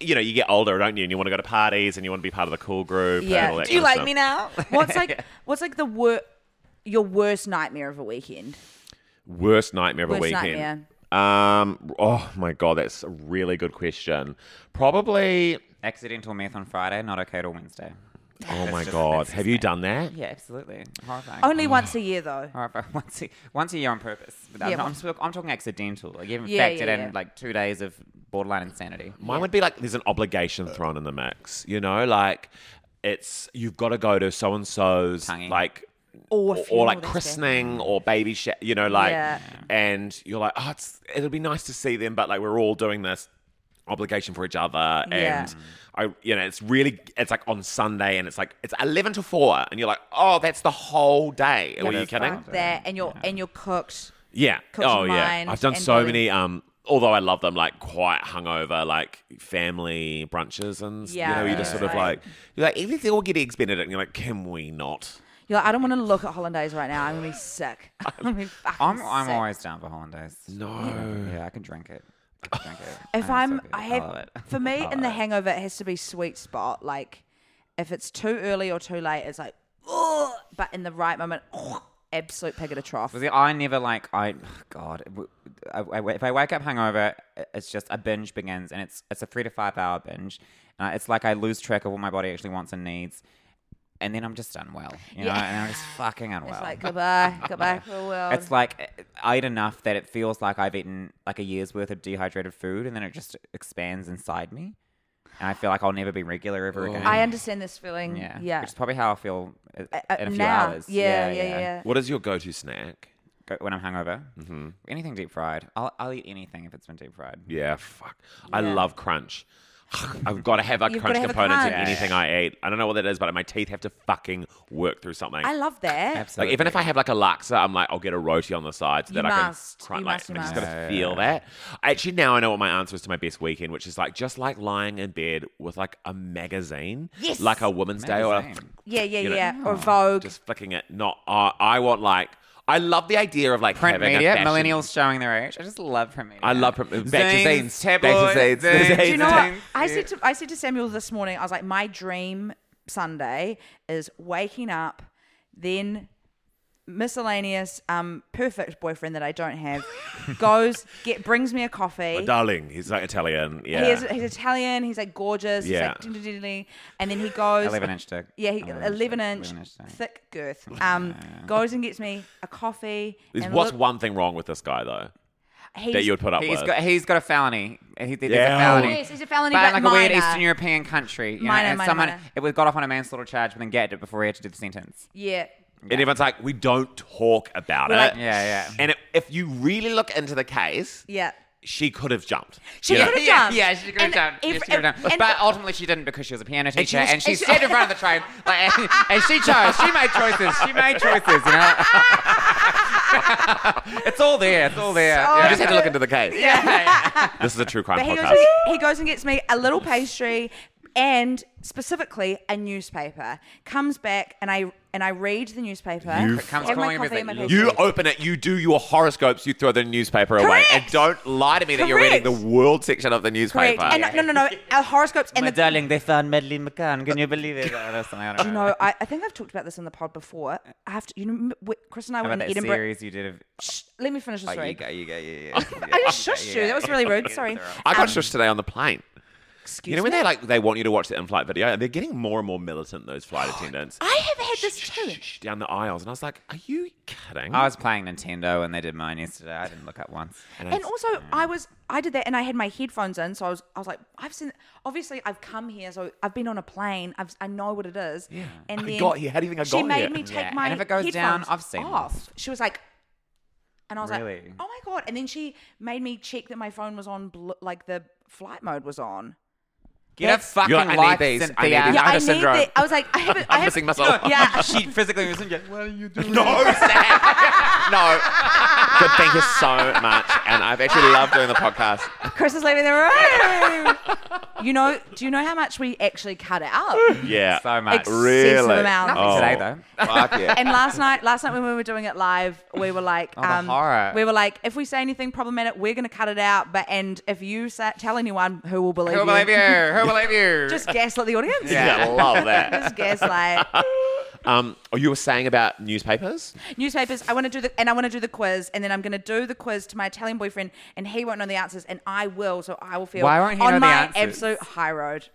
you know, you get older, don't you? And you want to go to parties, and you want to be part of the cool group.
Yeah.
And all that
Do
kind of stuff.
now?
what's like what's like the wor- your worst nightmare of a weekend?
Worst nightmare of a
Worst
weekend.
nightmare.
Um. Oh my god, that's a really good question. Probably.
Accidental meth on Friday, not okay till Wednesday.
Oh my
just-
god,
that's
have
just
you
it.
done that?
Yeah, absolutely. Horrifying.
Only once a year though.
Oh, Horrifying. Once a, once a year on purpose. But I'm,
Yeah,
not-
well-
I'm, sp- I'm talking accidental. Like, you haven't
Yeah,
factored
yeah,
in
yeah.
like two days of borderline insanity.
Mine would be like there's an obligation thrown in the mix. You know, like it's you've got to go to so and so's
Tonguing.
like.
Or
Or,
funeral,
like
that's
christening or baby sh- you know, like,
Yeah.
and you're like, oh, it's, it'll be nice to see them, but like, we're all doing this obligation for each other,
Yeah.
and I, you know, it's really, it's like on Sunday, and it's like it's eleven to four, and you're like, oh, that's the whole day. Were you
that's
kidding?
fine.
Fuck that and you're and you're cooked.
Yeah.
Cooks
oh
and
yeah.
wine
I've done
and
so
booze.
many. Um. Although I love them, like quite hungover, like family brunches and
Yeah,
you know, you just sort of
right.
like you're like if they all get eggs Benedict, and you're like, can we not?
You're like, I don't want to look at hollandaise right now. I'm gonna be sick. I'm gonna be fucking
I'm, I'm
sick.
always down for hollandaise.
No.
Yeah, I can drink it. I can drink it.
If
I
I'm,
am so good.
I
love
have
it.
for me
I
in the
love it.
hangover, it has to be sweet spot. Like if it's too early or too late, it's like, oh, but in the right moment, oh, absolute pig at a trough.
Was it? I never like I. God, w- I- I- if I wake up hungover, it's just a binge begins, and it's it's a three to five hour binge. And I- it's like I lose track of what my body actually wants and needs, and then I'm just unwell, you know,
Yeah.
and I'm just fucking unwell.
It's like um, goodbye, goodbye, cruel world.
It's like I eat enough that it feels like I've eaten like a year's worth of dehydrated food, and then it just expands inside me, and I feel like I'll never be regular ever again.
I understand this feeling.
yeah,
Yeah,
which is probably how I feel uh,
Uh,
in a few
now,
hours.
Yeah, yeah, yeah.
What is your go-to snack?
go- when I'm hungover. Mm-hmm. Anything deep fried. I'll, I'll eat anything if it's been deep fried.
Yeah. Fuck. I
Yeah.
love crunch. I've got to have a
You've
crunch
gotta have a
component in
crunch.
anything I eat. I don't know what that is, but my teeth have to fucking work through something.
I love that.
Absolutely.
Like even if I have like a laksa, I'm like I'll get a roti on the side so
You
that I
must.
can crunch.
You
like,
must, you
I just
must.
gotta feel that. Actually, now I know what my answer is to my best weekend, which is like just like lying in bed with like a magazine,
Yes.
like a Women's Day or a,
Magazine.
Yeah, yeah,
You know,
yeah.
"Oh,
Or Vogue.
just flicking it. Not uh, I want like I love the idea of like
print
having a
media,
fashion-
millennials showing their age. I just love print media.
I love print- back to zines, back to
tabloids,
zines, zines.
Do you know what?
zines.
I said to I said to Samuel this morning, I was like, my dream Sunday is waking up, then miscellaneous, um, perfect boyfriend that I don't have goes get brings me a
My
coffee.
Oh, darling, he's like Italian. Yeah,
He is, he's Italian. He's like gorgeous.
Yeah.
He's like, ding, ding, ding, ding. and then he goes
11 inch dick.
Yeah, he,
11
eleven,
inch dick,
inch,
11 inch dick.
thick girth. Um, goes and gets me a coffee.
Is-
and
What's
look-
one thing wrong with this guy though
he's-
that you would put up
He's
with?
got, he's got a felony. He, there's
Yeah.
a felony.
Yes, he's a felony,
but
but,
in like a weird
minor.
Eastern European country. You know,
Minor,
and
minor,
someone
minor.
it was got off on a manslaughter charge, but then gagged it before he had to do the sentence.
Yeah.
and everyone's like, we don't talk about
We're
it.
like-
Yeah, yeah.
And it, if you really look into the case,
Yeah.
she could have jumped.
She
you know?
could have
Yeah,
jumped.
yeah, she could have
And
done. Yeah,
if-
she could have done.
and-
But ultimately, she didn't because she was a piano
And she
teacher,
was-
and she,
and she-
sat in front of the train, like, and, and she chose. She made choices. She made choices. You know, it's all there. It's all there.
So
yeah.
You just had to look into the case.
Yeah, yeah.
This is a true crime
But he
podcast.
goes, and, he goes and gets me a little pastry and specifically a newspaper. Comes back and I and I read the newspaper.
You
Comes
have my
calling me
coffee
with
and
a
my
look.
pastry.
You open it, you do your horoscopes, you throw the newspaper
Correct.
away, and don't lie to me that you're reading
Correct.
the world section of the newspaper.
Correct. And no, no, no, no. Our horoscopes and
My
the
darling, they found Madeline McCann. Can you believe it? Or something, I don't
you
know.
know, I, I think I've talked about this in the pod before. I have to, you know, we- Chris and I
How
were
about
in
that
Edinburgh.
series you did of
Shh, let me finish the
like,
story.
you go, you go, yeah, yeah. yeah.
I just shushed you. That was really rude. Sorry.
I got
Um,
shushed today on the plane.
Excuse
You know when
me?
they like they want you to watch the in-flight video, and they're getting more and more militant. Those flight attendants.
I have had this too.
Shh, down the aisles, and I was like, "Are you kidding?"
I was playing Nintendo and they did mine yesterday. I didn't look up once.
And I-
And also, I was I did that, and I had my headphones in, so I was I was like, I've seen. Obviously, I've come here, so I've been on a plane. I've, I know what it is. Yeah. And
I
then
got here. How do you think I
she
got
made
here?
me take
Yeah,
my
and if it goes down,
headphones
I've seen
off.
this.
She was like, and I was like,
Really?
oh my god! And then she made me check that my phone was on, bl- like the flight mode was on.
Get a
That's-
fucking
You're like, I need
life,
these. I need
Cynthia.
these.
yeah, I
Hunter
need
syndrome.
that. I was like, I haven't. I
I'm missing
haven't,
myself.
Yeah,
she physically was like, "What are you doing?"
No, Sam. no. Good, thank you so much. And I've actually loved doing the podcast.
Chris is leaving the room. you know, do you know how much we actually cut out?
Yeah.
So much.
Excessive
Really?
amount.
Nothing today though.
Oh, Fuck yeah.
And last night, last night when we were doing it live, we were like,
Oh, the
um,
horror.
we were like, if we say anything problematic, we're gonna cut it out. But and if you sa- tell anyone, who will believe
Who
you?
believe you? Who believe you?
Just gaslight the audience.
Yeah.
Yeah, love that.
Just gaslight.
Um, oh, you were saying about newspapers?
Newspapers. I want to do the and I want to do the quiz, and then I'm going to do the quiz to my Italian boyfriend, and he won't know the answers, and I will. So I will feel
Why won't he
on
know the
my
answers?
absolute high road.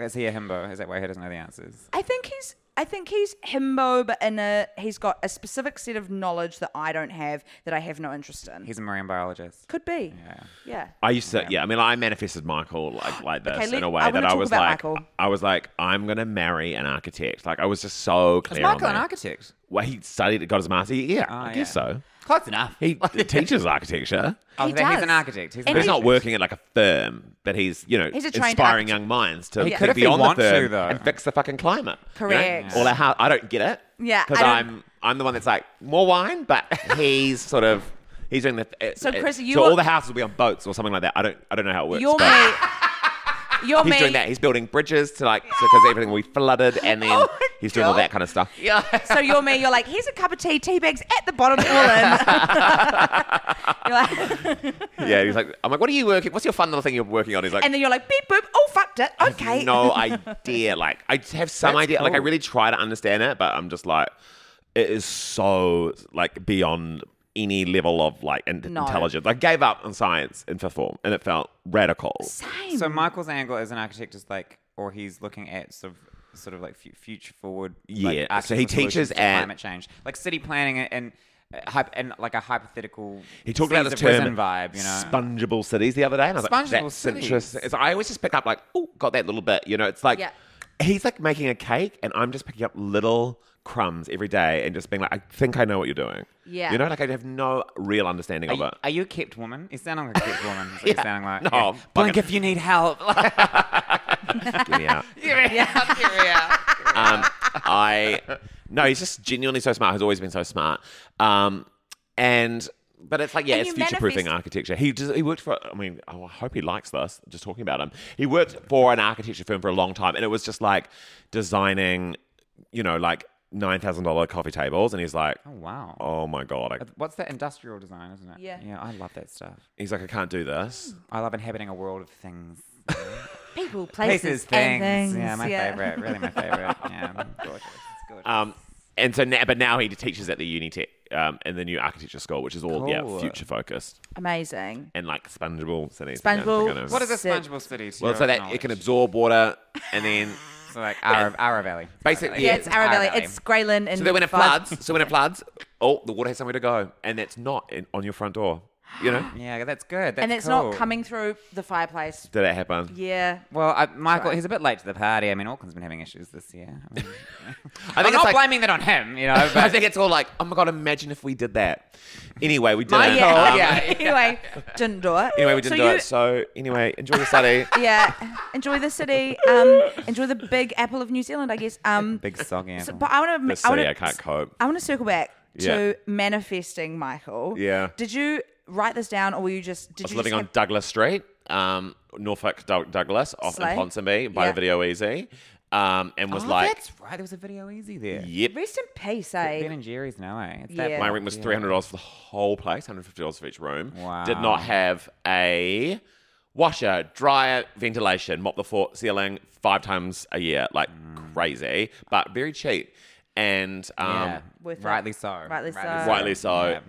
is he a himbo? Is that why he doesn't know the answers?
I think he's. I think he's himbo, but in a he's got a specific set of knowledge that I don't have that I have no interest in.
He's a marine biologist.
Could be.
Yeah.
Yeah.
I used to, yeah. I mean, I manifested Michael like like this
Okay, let-
in a way
I wanna
that I
talk
was
about
like,
Michael.
I was like, I'm gonna marry an architect. Like, I was just so clear.
Is Michael
on
an
that.
architect?
Well, he studied, got his master. Oh, Yeah, I
Ah,
guess
yeah.
so.
Close enough.
He teaches architecture.
oh,
He
then he's
does.
an architect. He's, an
And
But he's not
architect.
working at like a firm, but he's you know
He's a trained
inspiring
architect.
young minds to
He
think
could if he
beyond the
wants to,
firm
though.
and fix the fucking climate. you know?
Correct.
Yeah.
Or like how I don't get it.
Yeah,
because
I don't-
I'm I'm the one that's like more wine, but he's sort of he's doing the it,
So,
it-
Chris, you
so
are-
all the houses will be on boats or something like that. I don't I don't know how it works.
You're
but
me. You're
He's
me.
doing that. He's building bridges to like because everything will be flooded, and then
Oh my
he's doing all
God.
that kind of stuff.
So you're me. You're like, here's a cup of tea, tea bags at the bottom, all in. you're like,
Yeah, he's like, I'm like, what are you working? What's your fun little thing you're working on? He's like,
and then you're like, beep boop, oh fucked it, okay.
no idea. Like I have some
That's
idea. Like I
cool.
really try to understand it, but I'm just like, it is so like beyond any level of like in-
No.
intelligence. I gave up on science in fifth form, and it felt radical.
Same.
So Michael's angle as an architect is like, or he's looking at sort of, sort of like fu- future forward. like,
Yeah, so
architectural
he teaches
solutions to
at-
climate change, like city planning and. uh, hyp- And like a hypothetical,
He talked about
seas
this
of
term
prison vibe, you know.
spongible cities the other day, and I was like,
Spongible
that's
cities.
interesting. It's- I always just pick up like, oh, got that little bit, you know. It's like
Yeah.
he's like making a cake, and I'm just picking up little crumbs every day, and just being like, I think I know what you're doing.
Yeah.
you know, like I have no real understanding
Are
of
you,
it.
are you a kept woman? You sound like a kept woman. Is what you're sounding like.
No,
Yeah.
I'm fucking-
Blink if you need help.
Get me out. um, I no, he's just genuinely so smart. He's always been so smart. Um, and but it's like yeah,
And
it's
you
future proofing
manifest-
architecture. He just, he worked for. I mean, oh, I hope he likes this. Just talking about him, he worked for an architecture firm for a long time, and it was just like designing, you know, like nine thousand dollar coffee tables, and he's like.
oh wow.
Oh my god! I,
What's that industrial design, isn't it?
Yeah.
Yeah, I love that stuff.
he's like, I can't do this.
I love inhabiting a world of things.
People, places,
Places,
and
things. Yeah, my favorite. Really my favorite. Yeah, gorgeous. It's gorgeous.
Um, and so, now, but now he teaches at the Unitech, um, in the new architecture school, which is all yeah,
Cool.
future focused
Amazing.
and like spongible. cities.
Spongible.
what is a
Sick.
spongible city to
Well,
your
so that it
knowledge?
can absorb water and then.
So like Ara, Ara Valley.
Basically,
Yeah,
Yeah,
it's Arabella. It's Greyland and
So that when it
Five-
floods, so when it floods, oh, the water has somewhere to go, and that's not in, on your front door. You know,
Yeah, that's good. That's
and it's
cool.
not coming through the fireplace.
did that happen?
Yeah.
Well, I, Michael, he's a bit late to the party. I mean, Auckland's been having issues this year. I mean,
I
I'm
think
not
it's like,
blaming that on him, you know.
I
But
think it's all like, oh my god, imagine if we did that. Anyway, we didn't.
Oh, Yeah.
Um,
anyway, didn't do it.
Anyway, we didn't
So
do
you-
it. So anyway, enjoy your study.
yeah. Enjoy the city. Um, enjoy the big apple of New Zealand, I guess. Um,
big soggy.
so-
apple.
but I want to.
The city, I can't cope.
I want to circle back
Yeah.
to manifesting, Michael.
Yeah.
Did you write this down, or were you just?
I
Did
was
you
living
just
on Douglas Street, um, Norfolk Doug- Douglas, off
Slay.
in Ponsonby, by
Yeah.
Video Easy, um, and was
Oh,
like,
that's right. There was a video easy there.
yep,
have- Rest in peace,
Ben
eh?
and Jerry's now, eh? It's
Yeah.
that
My
block,
rent was
yeah.
three hundred dollars for the whole place, hundred fifty dollars for each room. Did
Wow.
not have a washer, dryer, ventilation, mop the floor, ceiling five times a year, like crazy, but very cheap. And um,
Yeah,
Worth it.
rightly so.
uh, Rightly so.
rightly so,
Yeah.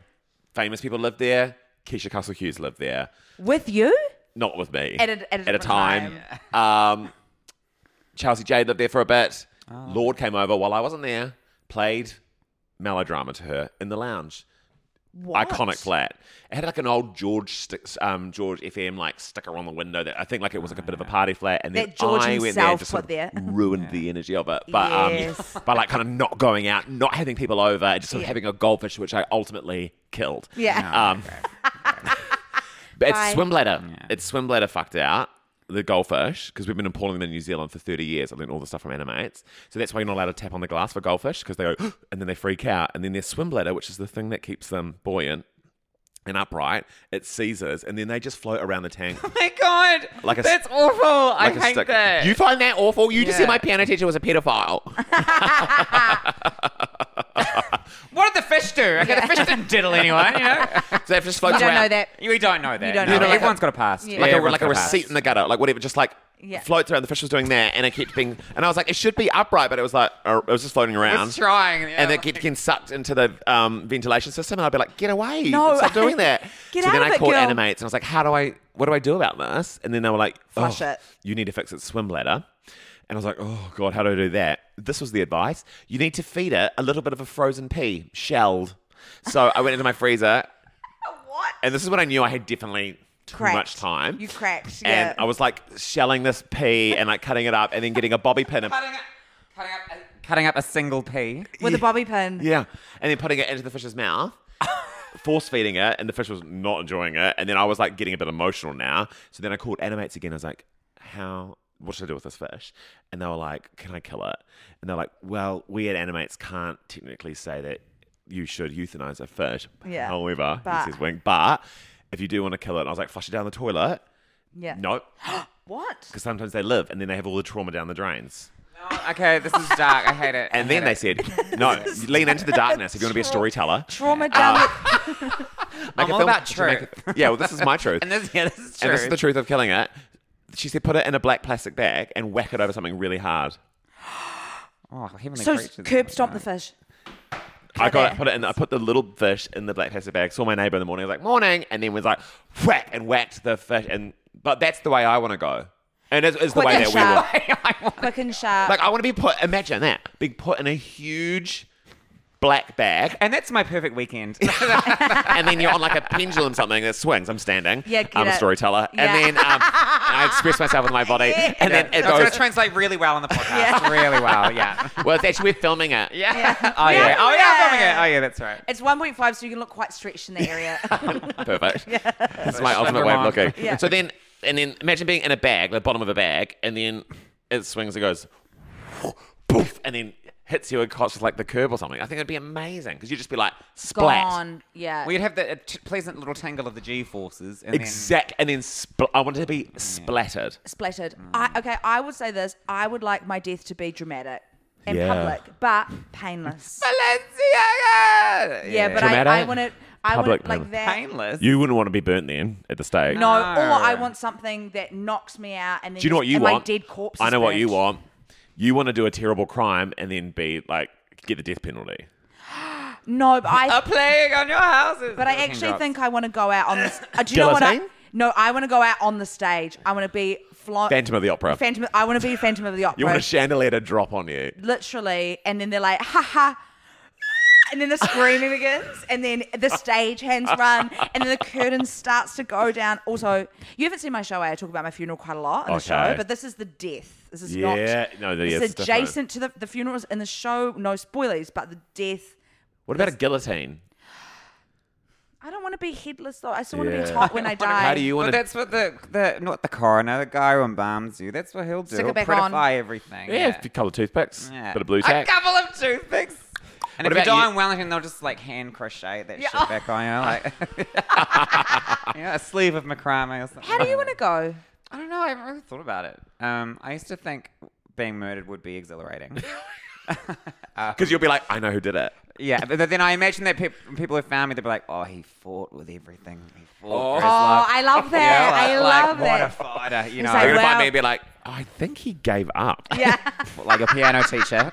famous people lived there. Keisha Castle Hughes lived there,
With you?
not with me.
At a- at a different
time, um, Chelsea Jade lived there for a bit. Lord came over while I wasn't there, played melodrama to her in the lounge.
What?
iconic flat. It had like an old George sti- um, George FM like sticker on the window that I think like it was like a bit of a party flat, and then
That George
I went there
himself
and just sort
put
of
there.
ruined the energy of it. But
Yes.
um, by like kind of not going out, not having people over, and just sort of having a goldfish, which I ultimately killed.
Yeah.
Um, but it's
Bye.
swim bladder.
Yeah.
It's swim bladder fucked out. the goldfish because we've been importing them in New Zealand for 30 years. I've learned all the stuff from animates. So that's why you're not allowed to tap on the glass for goldfish because they go and then they freak out. And then their swim bladder, which is the thing that keeps them buoyant and upright, it seizes and then they just float around the tank.
Oh my god,
Like a
that's
st-
awful. I
like a
hate
stick.
that.
You find that awful? You just said
Yeah.
my piano teacher was a pedophile.
what did the fish do? Okay, the fish didn't diddle anyone. You know,
so they just floats
You don't
around.
know that.
we don't know that.
You don't know that.
Everyone's got a past.
Yeah.
like, a,
everyone's
like a
got past.
receipt in the gutter, like whatever, just like
Yeah.
floats around. The fish was doing that, and it kept being, and I was like, it should be upright, but it was like, uh, it was just floating
It's
around.
trying. yeah,
And it
like-
kept getting sucked into the um, ventilation system, and I'd be like, "Get away!
No.
Stop doing that!"
Get
so then
out of
I
it,
called
girl.
Animates, and I was like, "How do I? What do I do about this?" And then they were like,
Flush
"Oh,
it."
You need to fix its swim bladder." And I was like, "Oh God, how do I do that?" This was the advice: you need to feed it a little bit of a frozen pea, shelled. So I went into my freezer,
What?
and this is when I knew I had definitely too
Cracked.
much time.
You cracked. Yeah.
And I was like shelling this pea and like cutting it up and then getting a bobby pin and
cutting up, cutting up, a- cutting up a single pea.
with a bobby pin.
yeah, and then putting it into the fish's mouth, force feeding it, and the fish was not enjoying it. And then I was like getting a bit emotional now. So then I called Animates again. I was like, how? What should I do with this fish? And they were like, can I kill it? And they're like, well, we at Animates can't technically say that you should euthanize a fish.
Yeah.
However,
But-
he says wing, but if you do want to kill it, and I was like, flush it down the toilet.
Yeah.
Nope.
What?
Because sometimes they live and then they have all the trauma down the drains.
Oh, okay, this is dark. I hate it. I
And then
hate
they
it.
said, no, lean into the darkness if you want to be a storyteller.
Trauma
Ah.
down. the-
Make
I'm
a
all
film-
about
to make
truth.
a- yeah, well, this is my truth.
And this, yeah, this is true.
And this is the truth of killing it. She said, put it in a black plastic bag and whack it over something really hard.
oh, heavenly
so
creatures.
curb stomp the fish.
I got
it.
it, put it in. I put the little fish in the black plastic bag. Saw my neighbor in the morning. I was like, morning, and then was like, whack and whacked the fish. And but that's the way I want to go, and it's, it's the
Quick
way
and
that we were.
sharp. Quick and sharp.
Like I want to be put. Imagine that being put in a huge black bag,
And that's my perfect weekend.
and then you're on like a pendulum something that swings. I'm standing.
Yeah, get
I'm a
it.
storyteller,
Yeah.
and then um, I express myself with my body, and then it
it's going
goes.
to translate really well on the podcast. Really well, yeah.
well, it's actually we're filming it. Yeah.
yeah.
Oh, yeah. Oh, yeah, I'm filming it.
Yeah.
Oh, yeah, that's right.
It's 1.5, so you can look quite stretched in the area.
Perfect. That's my ultimate way of
Vermont.
looking.
Yeah.
So then, and then imagine being in a bag, the bottom of a bag, and then it swings and goes, poof, and then hits you and crosses like the curb or something. I think it'd be amazing because you'd just be like, splat.
Gone. Yeah.
We'd have the uh, t- pleasant little tingle of the G forces. and
Exact. And then spl- I wanted to be splattered.
splattered. I,
Mm.
okay, I would say this. I would like my death to be dramatic and
Yeah.
public, but painless.
Then... Balenciaga!
yeah, but I, I
Dramatic,
want it. I want
public,
it like
painless.
that.
Painless.
You wouldn't want to be burnt then at the stake.
No, or I
No.
want something that knocks me out and then
Do you know what you
and
want?
My dead corpse.
I
is
know what
burnt.
you want. You want to do a terrible crime and then be like, get the death penalty.
No, but I
A plague on your houses.
But I actually think I want to go out on this. Uh, do you know what? I,
Guillotine?
no, I want to go out on the stage. I want to be flying.
Phantom of the Opera.
Phantom. I want to be Phantom of the Opera.
You want a chandelier to drop on you.
literally, and then they're like, ha ha. And then the screaming begins, and then the stage hands run, and then the curtain starts to go down. Also, you haven't seen my show. eh? I talk about my funeral quite a lot on
Okay.
the show, but this is the death. This is
Yeah,
not.
no, the-
this
it's
is
different.
adjacent to the the funerals in the show. No spoilers, but the death.
What about a guillotine?
I don't want to be headless though. I still want to be
Yeah.
hot when I die.
How do you
But
want to?
that's what the, the not the coroner, the guy who embalms you. That's what he'll do.
Stick it
He'll
back on.
prettify everything.
Yeah, a couple of toothpicks,
Yeah.
bit of blue
A
tack.
couple of toothpicks. And
What
if you
about
die
you-
in Wellington, they'll just like hand crochet that
Yeah.
shit back on you, like you know, a sleeve of macrame or something.
How do you want to go?
I don't know. I haven't really thought about it. Um, I used to think being murdered would be exhilarating.
Because you'll be like, I know who did it.
yeah, but then I imagine that peop people who found me, they'd be like, "Oh, he fought with everything. He fought for his
Oh,
life."
I love that. I love
like,
that.
What a fighter, you know,
It's like,
They're gonna
like,
find
Well-
me and be like, I think he gave up.
yeah.
a piano teacher.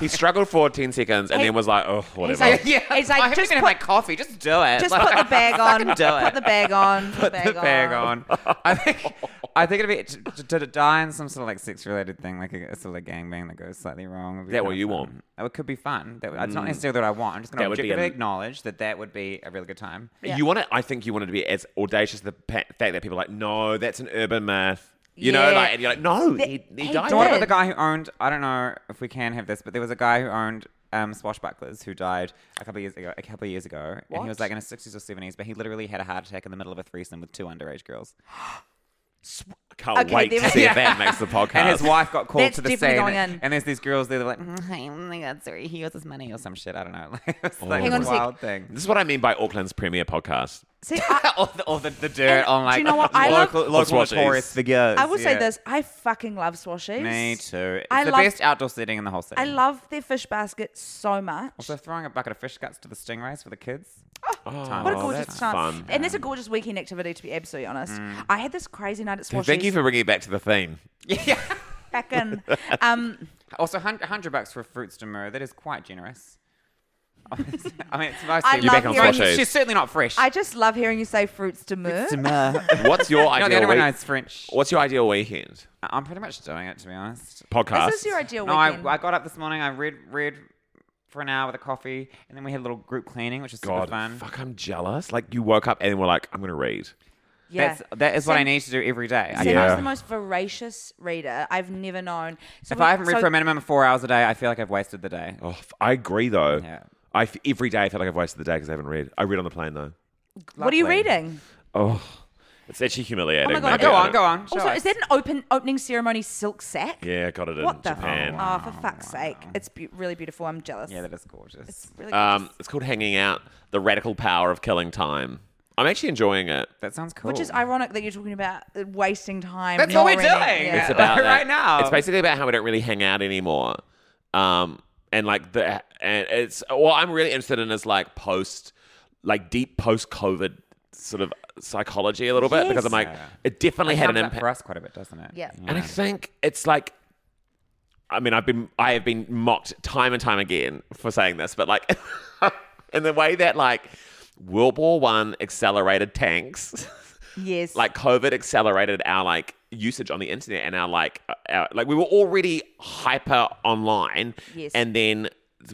he struggled for ten seconds and
Hey-
then was like, oh,
He's
whatever.
like,
yeah,
It's like,
I haven't
just
even had
put-
my coffee. Just do it.
Just
Like-
put the bag on. Put
do it.
the bag on. Put
the bag on. I think I think it'd be to, to, to die in some sort of like sex related thing, like a, a sort of gangbang that goes slightly wrong. would be
That what
kinda
you
fun.
want? Mm.
That would- could be fun. That, would- That's not necessarily what I want. I'm just going
That
to
would be
objectively
a-
acknowledge that that would be a really good time.
Yeah.
You want to? I think you wanted to be as audacious the pa- fact that people are like, no, that's an urban myth. You know,
Yeah.
like, and you're like, no,
Th-
he, he
he
died.
So what
did.
about the guy who owned? I don't know if we can have this, but there was a guy who owned um, swashbucklers who died a couple of years ago. A couple of years ago, and he was
What?
like in his sixties or seventies, but he literally had a heart attack in the middle of a threesome with two underage girls.
can't
Okay,
wait
there
to
we-
see if that makes the podcast.
And his wife got called
That's
to the scene.
definitely going in.
And there's these girls there. They're like, "Mm, hey, oh my god, sorry, he owes us money or some shit. I don't know. Like, it's like
Hang on a
a
sec.
wild thing.
This is what I mean by Auckland's premier podcast.
See, I,
or the, or the, the dirt on like
do you know what? I love-
local, local
Or swashies.
notorious figures.
I will say
yeah.
this: I fucking love swashies.
Me too. It's
I
the
love-
best outdoor setting in the whole city.
I love their fish basket so much.
Also, throwing a bucket of fish guts to the stingrays for the kids.
What a
Oh,
gorgeous
that's Mm.
time.
fun.
And that's a gorgeous weekend activity, to be absolutely honest. I had this crazy night at Swashies.
Thank you for bringing it back to the theme.
Yeah.
back in. Um,
also, Oh, hun- 100 bucks for a fruit stimmer. That is quite generous. I mean, it's mostly.
I
You're back
love
on
hearing.
Swashies.
She's certainly not fresh.
I just love hearing you say fruits de mer.
What's your
no,
ideal
the only one I know
week-
is French.
What's your ideal weekend?
I'm pretty much doing it, to be honest.
Podcast.
This is your ideal
No, I,
weekend.
I got up this morning. I read read for an hour with a coffee, and then we had a little group cleaning, which is super
God,
fun.
fuck, I'm jealous. Like you woke up and were like, I'm gonna read.
yeah.
That's that is what I
Sam-
need to do every day. I-
Sam
Yeah.
is the most voracious reader I've never known. So
if
we-
I haven't read
so-
for a minimum of four hours a day, I feel like I've wasted the day.
Oh, f- I agree though.
Yeah.
I f- every day I feel like I've wasted the day because I haven't read. I read on the plane though.
what are you
Lovely.
reading?
Oh, it's actually humiliating.
Oh my God,
maybe.
go
Go
I
on,
don't-
go on. show
Also,
us.
is that an open opening ceremony silk sack?
Yeah, got it in
What the?
Japan.
Oh, for fuck's sake! It's be- really beautiful. I'm jealous.
yeah, that is gorgeous.
Really
Um,
gorgeous.
it's called Hanging Out: The Radical Power of Killing Time. I'm actually enjoying it.
That sounds cool.
Which is ironic that you're talking about uh, wasting time.
That's
not
what we're
reading.
doing.
Yeah.
It's
Like,
about that.
right now.
It's basically about how we don't really hang out anymore. Um, and like the and it's what I'm really interested in is like post, like deep post COVID sort of psychology a little bit because I'm like
Yes.
it definitely
It
had an
comes up
impact.
for us quite a bit, doesn't it?
Yeah.
And I think it's like, I mean, I've been, I have been mocked time and time again for saying this, but like, in the way that like World War One accelerated tanks,
Yes.
like COVID accelerated our like usage on the internet and our like, uh, our, like we were already hyper online,
Yes.
and then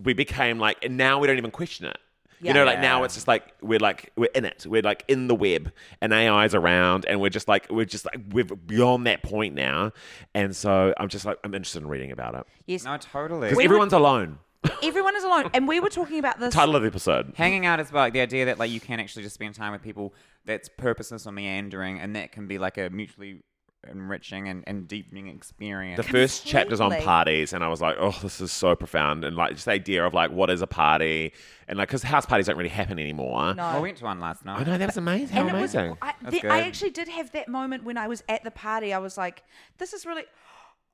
we became like, and now we don't even question it.
Yeah.
You know, like now
Yeah.
it's just like we're like we're in it. We're like in the web, and AI's around, and we're just like we're just like we're beyond that point now. And so I'm just like I'm interested in reading about it
yes.
No, totally.
because everyone's alone.
Everyone is alone, and we were talking about this.
Title of the episode.
Hanging out as well, like the idea that like you can actually just spend time with people that's purposeless or meandering, and that can be like a mutually enriching and, and deepening experience.
The first chapter's on
Completely.
parties, and I was like, oh, this is so profound, and like just the idea of like what is a party, and like because house parties don't really happen anymore.
No.
I went to one last night.
I know that was amazing. How
And it was-
amazing.
I,
That's
the- I
good.
actually did have that moment when I was at the party. I was like, this is really,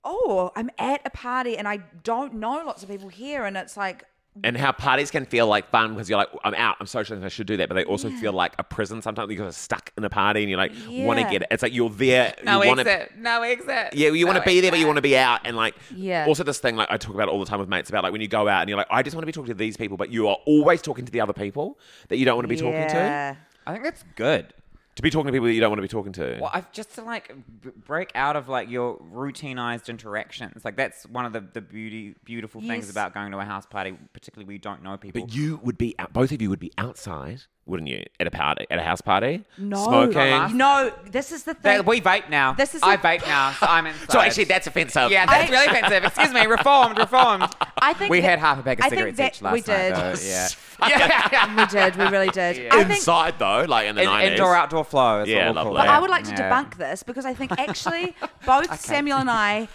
oh, I'm at a party and I don't know lots of people here. And it's like,
and how parties can feel like fun because you're like, I'm out, I'm socializing, I should do that. But they also feel like a prison sometimes because you're stuck in a party and you're like, want to
Yeah.
get it. It's like you're there.
No
you wanna,
exit. No exit.
Yeah, you want to be there, but you want to be out. And like,
Yeah.
also this thing, like I talk about it all the time with mates about like when you go out and you're like, I just want to be talking to these people, but you are always talking to the other people that you don't want to be talking to.
yeah.
I think that's good.
To be talking to people that you don't want to be talking to.
Well, I've just to like b- break out of like your routinized interactions. Like that's one of the, the beauty beautiful
Yes.
things about going to a house party, particularly we don't know people.
But you would be, out, both of you would be outside, wouldn't you, at a party, at a house party?
No.
Not
Smoking.
No, this is the thing.
That- we vape now.
This is
I
a-
vape now, so I'm inside.
So actually, that's offensive.
yeah, that's
I-
really offensive. Excuse me, reformed, reformed.
I think
we
that-
had half a bag of
I think
cigarettes
that
each last
we did.
night. Though. Yeah. yeah, yeah.
we did, we really did. I think,
Inside though, like in the
In,
90s.
indoor outdoor flow. Is
Yeah,
what we'll call
lovely.
it.
But I would like to
Yeah.
debunk this because I think actually both Samuel and I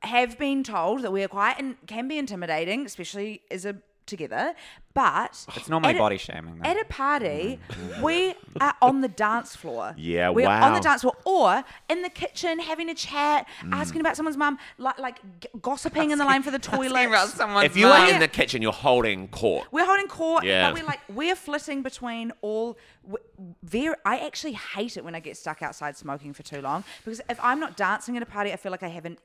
have been told that we are quiet and can be intimidating, especially as a together. But
It's normally
at a-
body shaming. Though. Mm.
At a party, we are on the dance floor.
Yeah,
We're on the
wow.
dance floor or in the kitchen having a chat,
Mm.
asking about someone's mum, like, like g- gossiping in the line for the toilet.
about someone's
If you
mum.
are in the kitchen, you're holding court.
We're holding court,
Yeah.
but we're like we're flitting between all. w- Very, I actually hate it when I get stuck outside smoking for too long because if I'm not dancing at a party, I feel like I haven't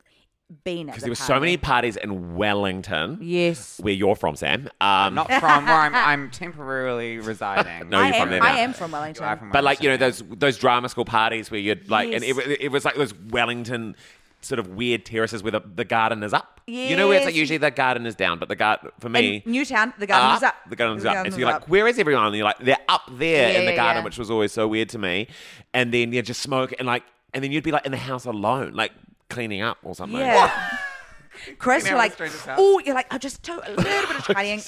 been at.
Because there were so many parties in Wellington,
Yes.
where you're from, Sam. Um,
not from where I'm, I'm temporarily residing.
No,
I
you're from
am,
there
I
now.
am from Wellington.
I'm from
but like you know
Wellington.
those those drama school parties where you'd like, and
Yes.
it, it was like those Wellington sort of weird terraces where the, the garden is up. You know where it's like
Yes.
usually the garden is down, but the garden for
In
me. Ah,
Newtown, the garden is up.
The garden's up. And so
is
you're
up.
like, where is everyone? And you're like, they're up there
Yeah,
in the
yeah,
garden,
yeah.
which was always so weird to me. And then you just smoke and like, and then you'd be like in the house alone, like cleaning up or something.
Yeah. Chris,
Clean
you're
out
like,
the strangers' house.
oh, you're like, I just do a little bit of trying.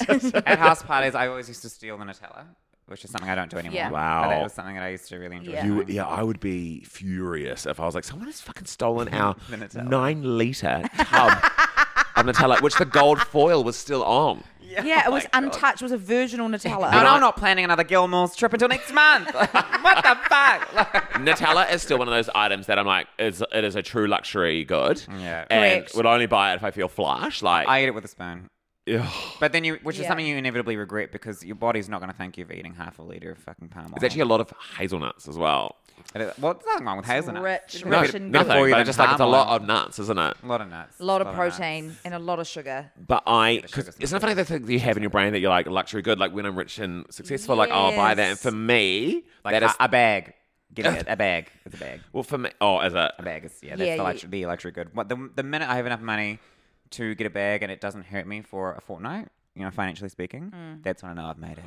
At house parties, I always used to steal the Nutella. which is something I don't do anymore.
Yeah.
But that
Wow.
was something that I used to really enjoy.
Yeah.
You,
doing.
yeah, I would be furious if I was like, someone has fucking stolen our
The Nutella.
nine liter tub of Nutella, which the gold foil was still on.
Yeah,
oh
it was untouched. It was a virginal Nutella.
And I'm not planning another Gilmore's trip until next month. what the fuck? Like-
Nutella is still one of those items that I'm like, is it is a true luxury good.
Yeah.
And
Correct.
would only buy it if I feel flush. Like,
I eat it with a spoon.
Ugh.
But then you, which is
Yeah.
something you inevitably regret because your body's not going to thank you for eating half a liter of fucking palm oil.
there's actually a lot of hazelnuts as well.
It is- well, there's nothing wrong with hazelnuts.
rich,
Better-
No,
rich and
better
good.
for
nothing.
you
But
than
just like it's a
palm
lot
oil.
of nuts, isn't it? Ah.
lot of nuts,
a lot of
nuts.
protein and a lot of sugar.
But I, cause
sugar's not
isn't it funny the thing that you have in your brain that you're like luxury good? Like when I'm rich and successful, like I'll buy that. And
Yes.
for me,
Like
that
a,
is
a bag. Get it, a bag. It's a bag.
well for me. Oh, is it?
A bag is yeah. That's
Yeah,
the,
yeah.
luxury, the luxury good. What the the minute I have enough money to get a bag and it doesn't hurt me for a fortnight, you know, financially speaking,
Mm.
that's when I know I've made it.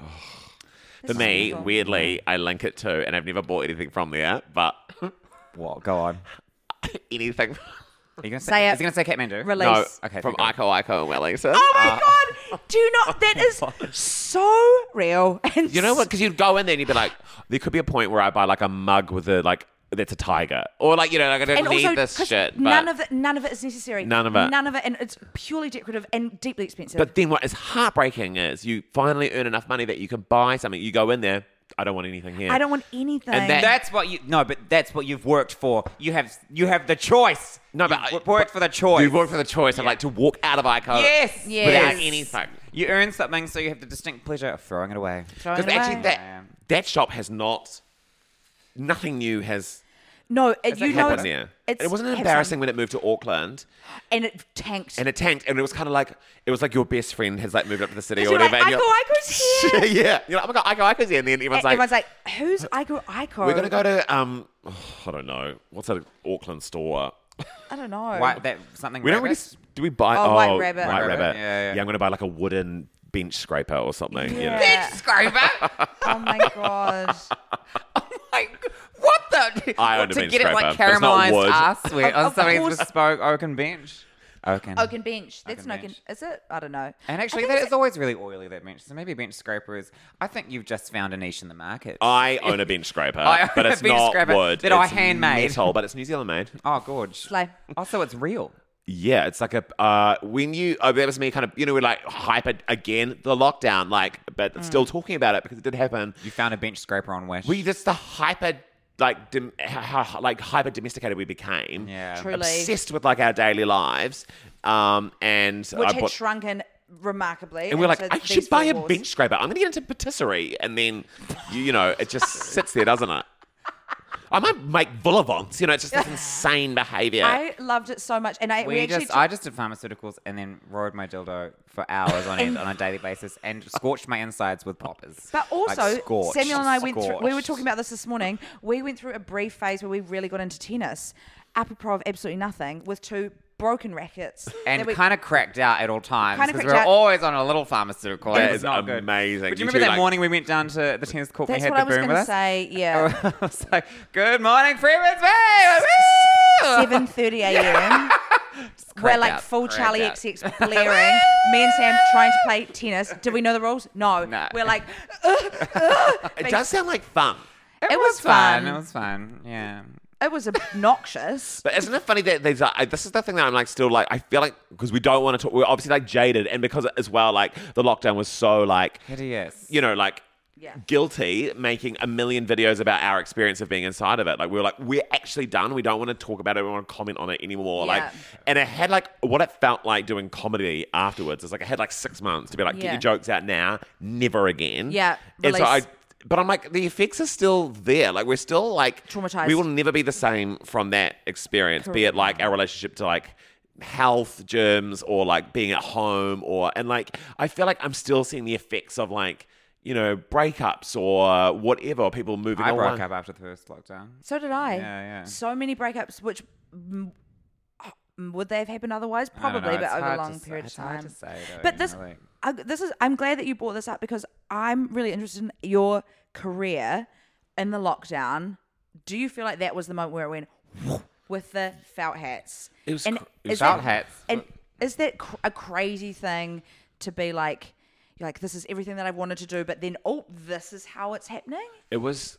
For
That's
me,
wonderful.
weirdly, I link it to, and I've never bought anything from there, but
What? Go on.
anything.
Are you gonna say,
Say it.
is he gonna say Kathmandu?
Release.
No,
Okay,
from
thank
Ico Ico and Uh, Wellington.
Oh my god! Do you not? That is so real. And
Oh You know what? Because you'd go in there and you'd be like, there could be a point where I buy like a mug with a like that's a tiger, or like you know, like I don't
and
need
also,
this
'cause
shit. But,
none of it, none of it is necessary.
None of it.
None of it, and it's purely decorative and deeply expensive.
but then what is heartbreaking is you finally earn enough money that you can buy something. You go in there, I don't want anything here.
I don't want anything.
And that-
you. That's what you no, but that's what you've worked for. You have you have the choice.
No,
You've
but I-
wo- worked
but
for the choice.
You work for the choice. I'd like to walk out of Ico.
yes,
Yes.
Without anything.
You earn something, so you have the distinct pleasure of throwing it away.
Throwing
Because
it
actually,
away.
that that shop has not. Nothing new has
no, it, you know,
happened
it's,
there.
it's-
And it wasn't
have some-
embarrassing when it moved to Auckland,
and it tanked.
and it tanked, and it was kind of like it was like your best friend has like moved up to the city or
you're like,
whatever.
Ico
and you're-
Ico's here.
yeah, you're like, oh my god, Ico Ico's here, and then everyone's
And
like,
everyone's like, "Who's Ico? Ico?
we're gonna go to um, oh, I don't know, what's an Auckland store?
I don't know.
Why, that something
We don't really.
rabbit?
Do we buy?
Oh, White Rabbit.
White
White
Rabbit,
Rabbit.
yeah, yeah.
I'm gonna buy like a wooden bench scraper or something. you know?
Yeah. oh my god!
like what the?
I owned a
to
bench
get it like
scraper. It's not
caramelized
wood.
ass sweat on
Of
somebody's
course.
bespoke oaken bench. Oaken.
Oaken bench. That's
Oaken
an oaken.
bench.
Is it? I don't know.
And
I
actually,
think
that
it's-
is always really oily. That bench. So maybe a bench scraper is. I think you've just found a niche in the market.
I own a bench scraper,
I own
but
a
it's
bench
not
scraper
wood.
that I
It's
handmade.
metal, but it's New Zealand made.
oh, gorge.
Slay.
Also, it's real.
Yeah, it's like a uh, when you oh that was me kind of you know we're like hype it again the lockdown like but
Mm.
still talking about it because it did happen.
You found a bench scraper on Wish.
We just the hyper like dom- how, how like hyper domesticated we became.
yeah.
True. Really.
obsessed with like our daily lives. Um, and
which
I
had
bought-
shrunken remarkably.
and we're like,
into
I
these
should buy
four
a
walls.
bench scraper. I'm gonna get into patisserie, and then you, you know it just sits there, doesn't it? I might make volivants. You know, it's just this insane behavior.
I loved it so much, and I we,
We,
actually
just,
took-
I just did pharmaceuticals and then rode my dildo for hours on end on a daily basis and scorched my insides with poppers.
But also,
like scorched,
Samuel and I went through. We were
scorched.
talking about this this morning. We went through a brief phase where we really got into tennis, apropos of absolutely nothing, with two broken rackets
and
that we-
kind of cracked out at all times
Kinda
because we
cracked
were
out.
always on a little pharmaceutical.
That
and it was
is
not good.
amazing.
But do
You
you
two,
remember that
like-
morning we went down to the tennis court?
That's
we had
what
the
I was
boom
going to
with us?
say. Yeah,
I was like, "Good morning, Freeman's Bay." Woo!"
seven thirty a.m. We're
Cracked
like
out,
full
cracked
Charlie
out.
XX blaring. Me and Sam trying to play tennis. Did we know the rules? No.
No.
We're like,
it does sound like fun.
It,
It
was,
was
fun.
fun.
It was fun. Yeah.
it was obnoxious.
But isn't it funny that there's like, I- this is the thing that I'm like still like I feel like because we don't want to talk. We're obviously like jaded, and because as well like the lockdown was so like
Hideous.
you know like.
Yeah.
Guilty making a million videos about our experience of being inside of it. Like we were like, we're actually done. We don't want to talk about it. We don't want to comment on it anymore.
Yeah.
Like, and it had like what it felt like doing comedy afterwards. It's like I had like six months to be like, get
Yeah.
your jokes out now, never again.
Yeah,
And so I,
release.
but I'm like, the effects are still there. Like we're still like
Traumatized.
We will never be the same from that experience, be it like our relationship to like health germs or like being at home or and like I feel like I'm still seeing the effects of like you know breakups or whatever or people moving
I
on.
broke up after the first lockdown.
So did I.
Yeah, yeah.
So many breakups, which mm, would they have happened otherwise?
I don't
Probably,
know,
but
it's
over a
hard to
long
say-
period of
it's hard
time.
to say, though,
but
you
this,
know, like-
I, this is. I'm glad that you brought this up because I'm really interested in your career in the lockdown. Do you feel like that was the moment where it went with the felt hats?
It was cr- it
is
Felt hats.
And is that cr- a crazy thing to be like? You're like, this is everything that I've wanted to do, but then, oh, this is how it's happening.
It was,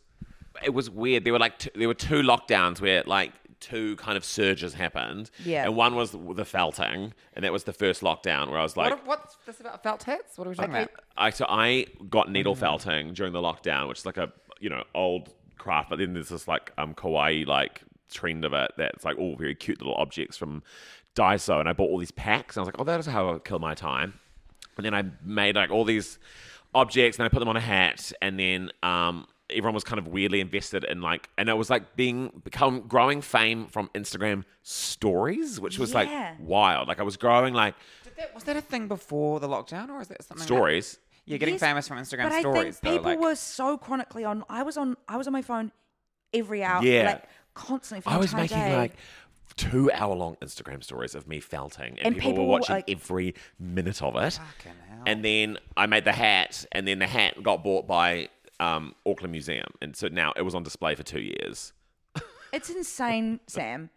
it was weird. There were like two, there were two lockdowns where like two kind of surges happened.
Yeah.
And one was the felting, and that was the first lockdown where I was like,
What, what's this about felt hats? What are we talking about?
I so I got needle felting during the lockdown, which is like a you know old craft, but then there's this like um kawaii like trend of it that's like all very cute little objects from Daiso, and I bought all these packs, and I was like, oh, that is how I'll kill my time, and then I made like all these objects, and I put them on a hat, and then um. Everyone was kind of weirdly invested in like, and it was like being become growing fame from Instagram stories, which was
Yeah.
like wild. Like I was growing like
Did that, was that a thing before the lockdown, or is that something? that-
stories.
You're getting
Yes,
famous from Instagram
but I think
stories, though.
people
like,
were so chronically on. I was on. I was on my phone every hour.
Yeah.
like, constantly. For the
I was
entire
making
day.
like two hour long Instagram stories of me felting, and,
And
people,
people
were
were
watching
like-
every minute of it.
hell.
And then I made the hat, and then the hat got bought by um, Auckland Museum, and so now it was on display for two years.
It's insane, Sam.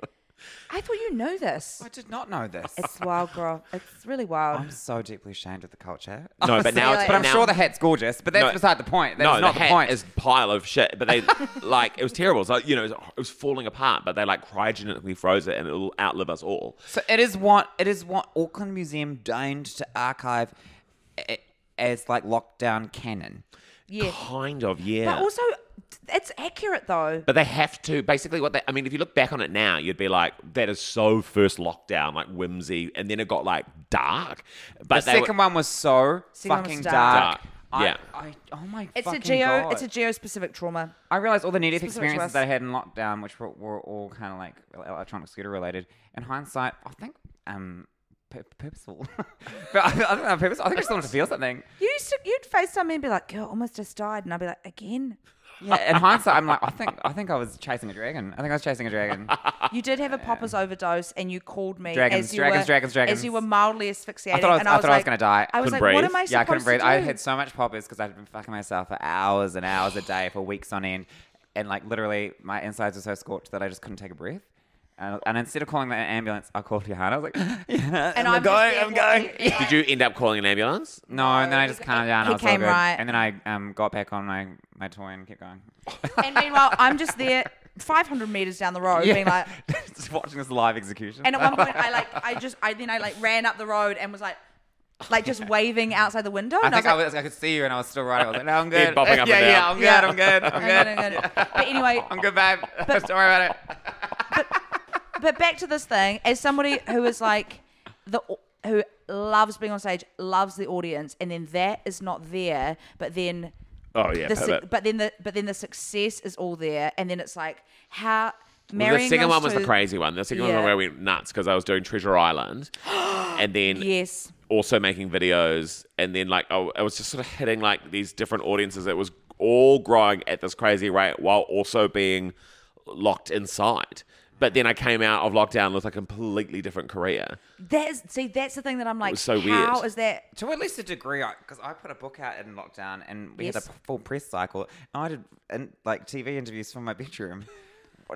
I thought you know this.
I did not know this.
It's wild, girl. It's really wild.
I'm so deeply ashamed of the culture.
No, but now it's
Really?
but I'm
now-
sure the hat's gorgeous. But that's
No.
beside the point. That's
no,
not
the
the,
hat
point.
is pile of shit. But they like it was terrible. It's like you know, it was, it was falling apart. But they like cryogenically froze it, and it'll outlive us all.
So it is what it is what Auckland Museum deigned to archive a- as like lockdown canon.
yeah,
Kind of, yeah.
but also it's accurate though.
But they have to basically what they. I mean, if you look back on it now, you'd be like, "That is so first lockdown, like whimsy," and then it got like dark.
The
But they were-
second one was so
Second one was
fucking dark.
dark.
Dark,
I,
yeah.
I, oh my
It's a
fucking
geo.
god!
It's a geo specific trauma.
I realized all the negative
Specific to
experiences
us.
that I had in lockdown, which were, were all kind of like electronic scooter related. In hindsight, I think um pur- purposeful, but I, I don't know purposeful. I think I just wanted to feel something.
You used to, you'd FaceTime me and be like, "Girl, almost just died," and I'd be like, "Again."
Yeah. In hindsight, I'm like, I think I think I was chasing a dragon. I think I was chasing a dragon.
You did have a poppers overdose, and you called me
Dragons,
as you
dragons,
were,
dragons, dragons.
as you were mildly asphyxiating.
I thought I was,
and
I thought I was
like-
gonna die.
I was
Couldn't
like, "What
breathe.
am I
yeah, I couldn't
supposed
breathe.
to
I
do?
had so much poppers because I'd been fucking myself for hours and hours a day for weeks on end, and like literally my insides were so scorched that I just couldn't take a breath. And, and instead of calling the ambulance, I called Johanna. I was like, yeah,
And
I'm,
I'm just
going,
there
I'm going.
watching.
did you end up calling an ambulance?
No, and then I just calmed down.
He
I was all
came
good.
right.
And then I um, got back on my, my toy and kept going.
And meanwhile, I'm just there 500 meters down the road being like,
just watching this live execution.
and at one point I like, I just, I then I like ran up the road and was like, like just waving outside the window.
I
and
think
I
I,
was
was, I could see you and I was still right. I was like, no, I'm
Yeah,
good.
bobbing up and
yeah, yeah,
down.
I'm
Yeah.
good, I'm good, I'm
like,
good.
I'm good, I'm good. But anyway,
I'm good, babe. Don't worry about it.
but back to this thing as somebody who is like the who loves being on stage loves the audience and then that is not there but then
Oh yeah,
the
but-
su- but then the but then the success is all there and then it's like how
Well,
marrying
the second
those
one was the
two-
crazy one. The second one
Yeah.
where I went nuts because I was doing Treasure Island, and then
yes
also making videos, and then like oh, I was just sort of hitting like these different audiences. It was all growing at this crazy rate while also being locked inside. But then I came out of lockdown with a completely different career.
that is see that's the thing that i'm like
was so
how
weird.
is that
to at least a degree, because I put a book out in lockdown and we had
Yes.
a p- full press cycle. And I did and, like TV interviews from my bedroom.